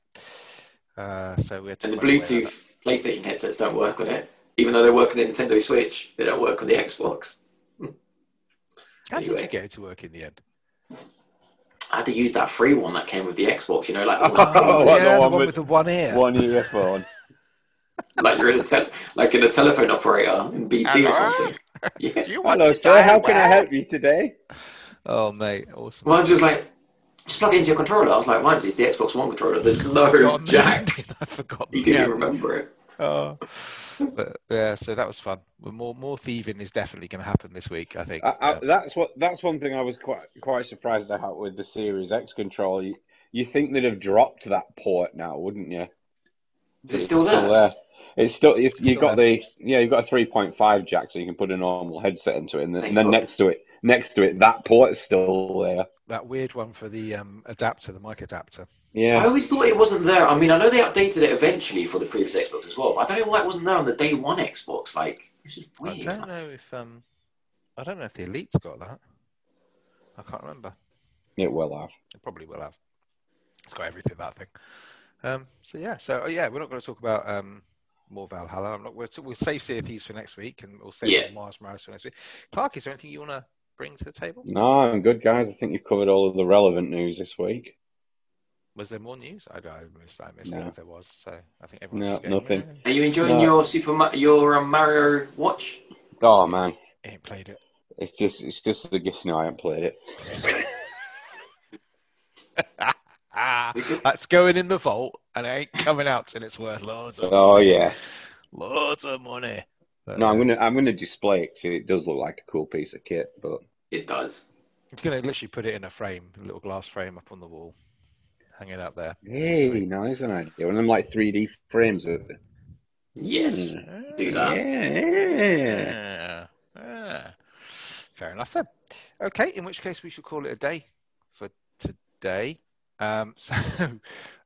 Speaker 2: Uh, so we had to
Speaker 4: and the
Speaker 2: play away like
Speaker 4: Bluetooth PlayStation headsets don't work on it, even though they work on the Nintendo Switch. They don't work on the Xbox.
Speaker 2: that. How did
Speaker 4: anyway.
Speaker 2: you get it to work in the end?
Speaker 4: I had to use that free one that came with the Xbox. You know, like
Speaker 3: Oh, what, the
Speaker 2: yeah, the
Speaker 3: one
Speaker 2: one with,
Speaker 3: with-
Speaker 2: the one ear.
Speaker 3: One earphone.
Speaker 4: like you're in a tel- like in a telephone operator in BT
Speaker 2: Hello?
Speaker 4: or something. Yeah.
Speaker 2: Do you want
Speaker 3: Hello,
Speaker 2: to
Speaker 3: sir.
Speaker 2: die
Speaker 3: How can I
Speaker 2: well?
Speaker 3: help you today?
Speaker 2: Oh, mate, awesome.
Speaker 4: Well, I was just like, just plug it into your controller. I was like, Wimes, it's the Xbox One controller. There's no
Speaker 2: Forgotten the
Speaker 4: jack.
Speaker 2: ending. I forgot. the
Speaker 4: He didn't
Speaker 2: ending.
Speaker 4: remember it.
Speaker 2: Oh. But, yeah, so that was fun. But More more thieving is definitely going to happen this week, I think.
Speaker 3: I, I,
Speaker 2: Um,
Speaker 3: that's what. That's one thing I was quite quite surprised at how with the Series X controller. You, you think they'd have dropped that port now, wouldn't you?
Speaker 4: Is it still there?
Speaker 3: It's still. It's,
Speaker 2: It's
Speaker 3: you've
Speaker 2: still
Speaker 3: got the yeah. You've got a three point five jack, so you can put a normal headset into it, and then,
Speaker 4: Thank
Speaker 3: and then
Speaker 4: God.
Speaker 3: next to it, next to it, that port's still there.
Speaker 2: that weird one for the um, adapter, the mic adapter.
Speaker 4: I
Speaker 3: Yeah.
Speaker 4: always thought it wasn't there. I mean, I know they updated it eventually for the previous Xbox as well, but I don't know why it wasn't there on the day one Xbox. Like, this is
Speaker 2: I
Speaker 4: weird.
Speaker 2: don't know if um, I don't know if the elite's got that. I can't remember.
Speaker 3: It will have.
Speaker 2: It probably will have. It's got everything that thing. Um, so yeah, so oh, yeah, we're not going to talk about um, more Valhalla. I'm not. We'll, we'll save Sea of Thieves for next week, and we'll save
Speaker 4: Yeah.
Speaker 2: Mars Morales for next week. Clark, is there anything you want to bring to the table?
Speaker 3: No, I'm good, guys. I think you've covered all of the relevant news this week.
Speaker 2: Was there more news? I, I missed. I missed
Speaker 3: No.
Speaker 2: it if there was. So I think everyone's
Speaker 3: No,
Speaker 2: just going,
Speaker 3: nothing.
Speaker 2: "Yeah,
Speaker 4: Are you enjoying
Speaker 3: No.
Speaker 4: your Super Ma- your um, Mario watch?
Speaker 3: Oh man,
Speaker 2: I ain't played it.
Speaker 3: it's just it's just the gift. No, I haven't played it.
Speaker 2: Ah, that's going in the vault, and it ain't coming out, and it's worth loads of
Speaker 3: Oh yeah.
Speaker 2: loads of money. But,
Speaker 3: No,
Speaker 2: uh,
Speaker 3: I'm gonna I'm gonna display it 'cause it does look like a cool piece of kit, but
Speaker 4: It does.
Speaker 2: It's going to literally put it in a frame, a little glass frame up on the wall, hanging up there.
Speaker 3: hey,
Speaker 2: Sweet.
Speaker 3: no, there's an idea. One of them like 3D frames of it.
Speaker 4: Yes. Do that.
Speaker 3: Yeah.
Speaker 2: Yeah. Yeah. Fair enough then. Okay, in which case we should call it a day for today. Um, so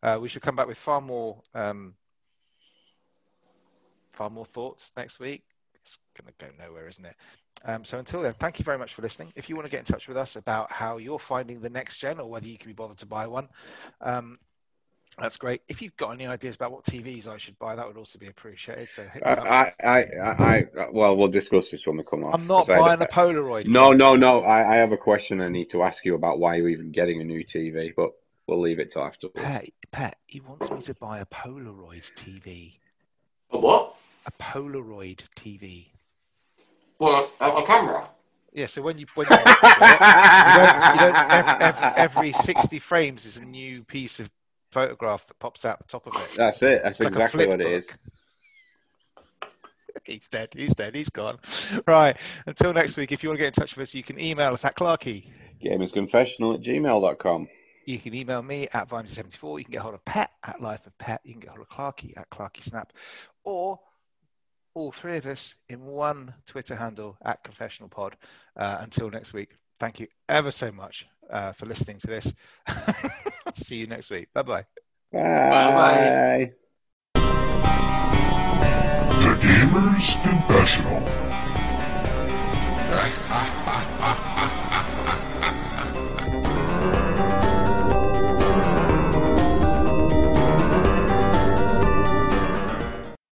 Speaker 2: uh, we should come back with far more, um, far more thoughts next week. It's going to go nowhere, isn't it? Um, so until then, thank you very much for listening. If you want to get in touch with us about how you're finding the next gen or whether you can be bothered to buy one, um, that's great. If you've got any ideas about what TVs I should buy, that would also be appreciated. So hit me up.
Speaker 3: I, I, I, I, I- well, we'll discuss this when we come off.
Speaker 2: I'm not
Speaker 3: 'cause I-
Speaker 2: buying a Polaroid.
Speaker 3: No, no, no. I, I have a question I need to ask you about why you're even getting a new TV, but we'll leave it till afterwards.
Speaker 2: Pat, Pat, he wants me to buy a Polaroid TV.
Speaker 4: A what?
Speaker 2: A Polaroid TV.
Speaker 4: Well, a, a camera.
Speaker 2: Yeah, so when you, when you, you don't, you don't, ev- ev- every 60 frames is a new piece of photograph that pops out the top of it.
Speaker 3: That's it. That's
Speaker 2: It's like a
Speaker 3: exactly
Speaker 2: flip
Speaker 3: what it is.
Speaker 2: book. He's dead. He's dead. He's gone. Right. Until next week, if you want to get in touch with us, you can email us at Clarkey.
Speaker 3: Gamersconfessional at gmail.com.
Speaker 2: You can email me at Vimesy74. You can get hold of Pet at Life of Pet. You can get hold of Clarky at Clarky Snap. Or all three of us in one Twitter handle at Confessional Pod. Uh, until next week, thank you ever so much uh, for listening to this. See you next week. Bye bye.
Speaker 3: Bye.
Speaker 1: The Gamer's Confessional.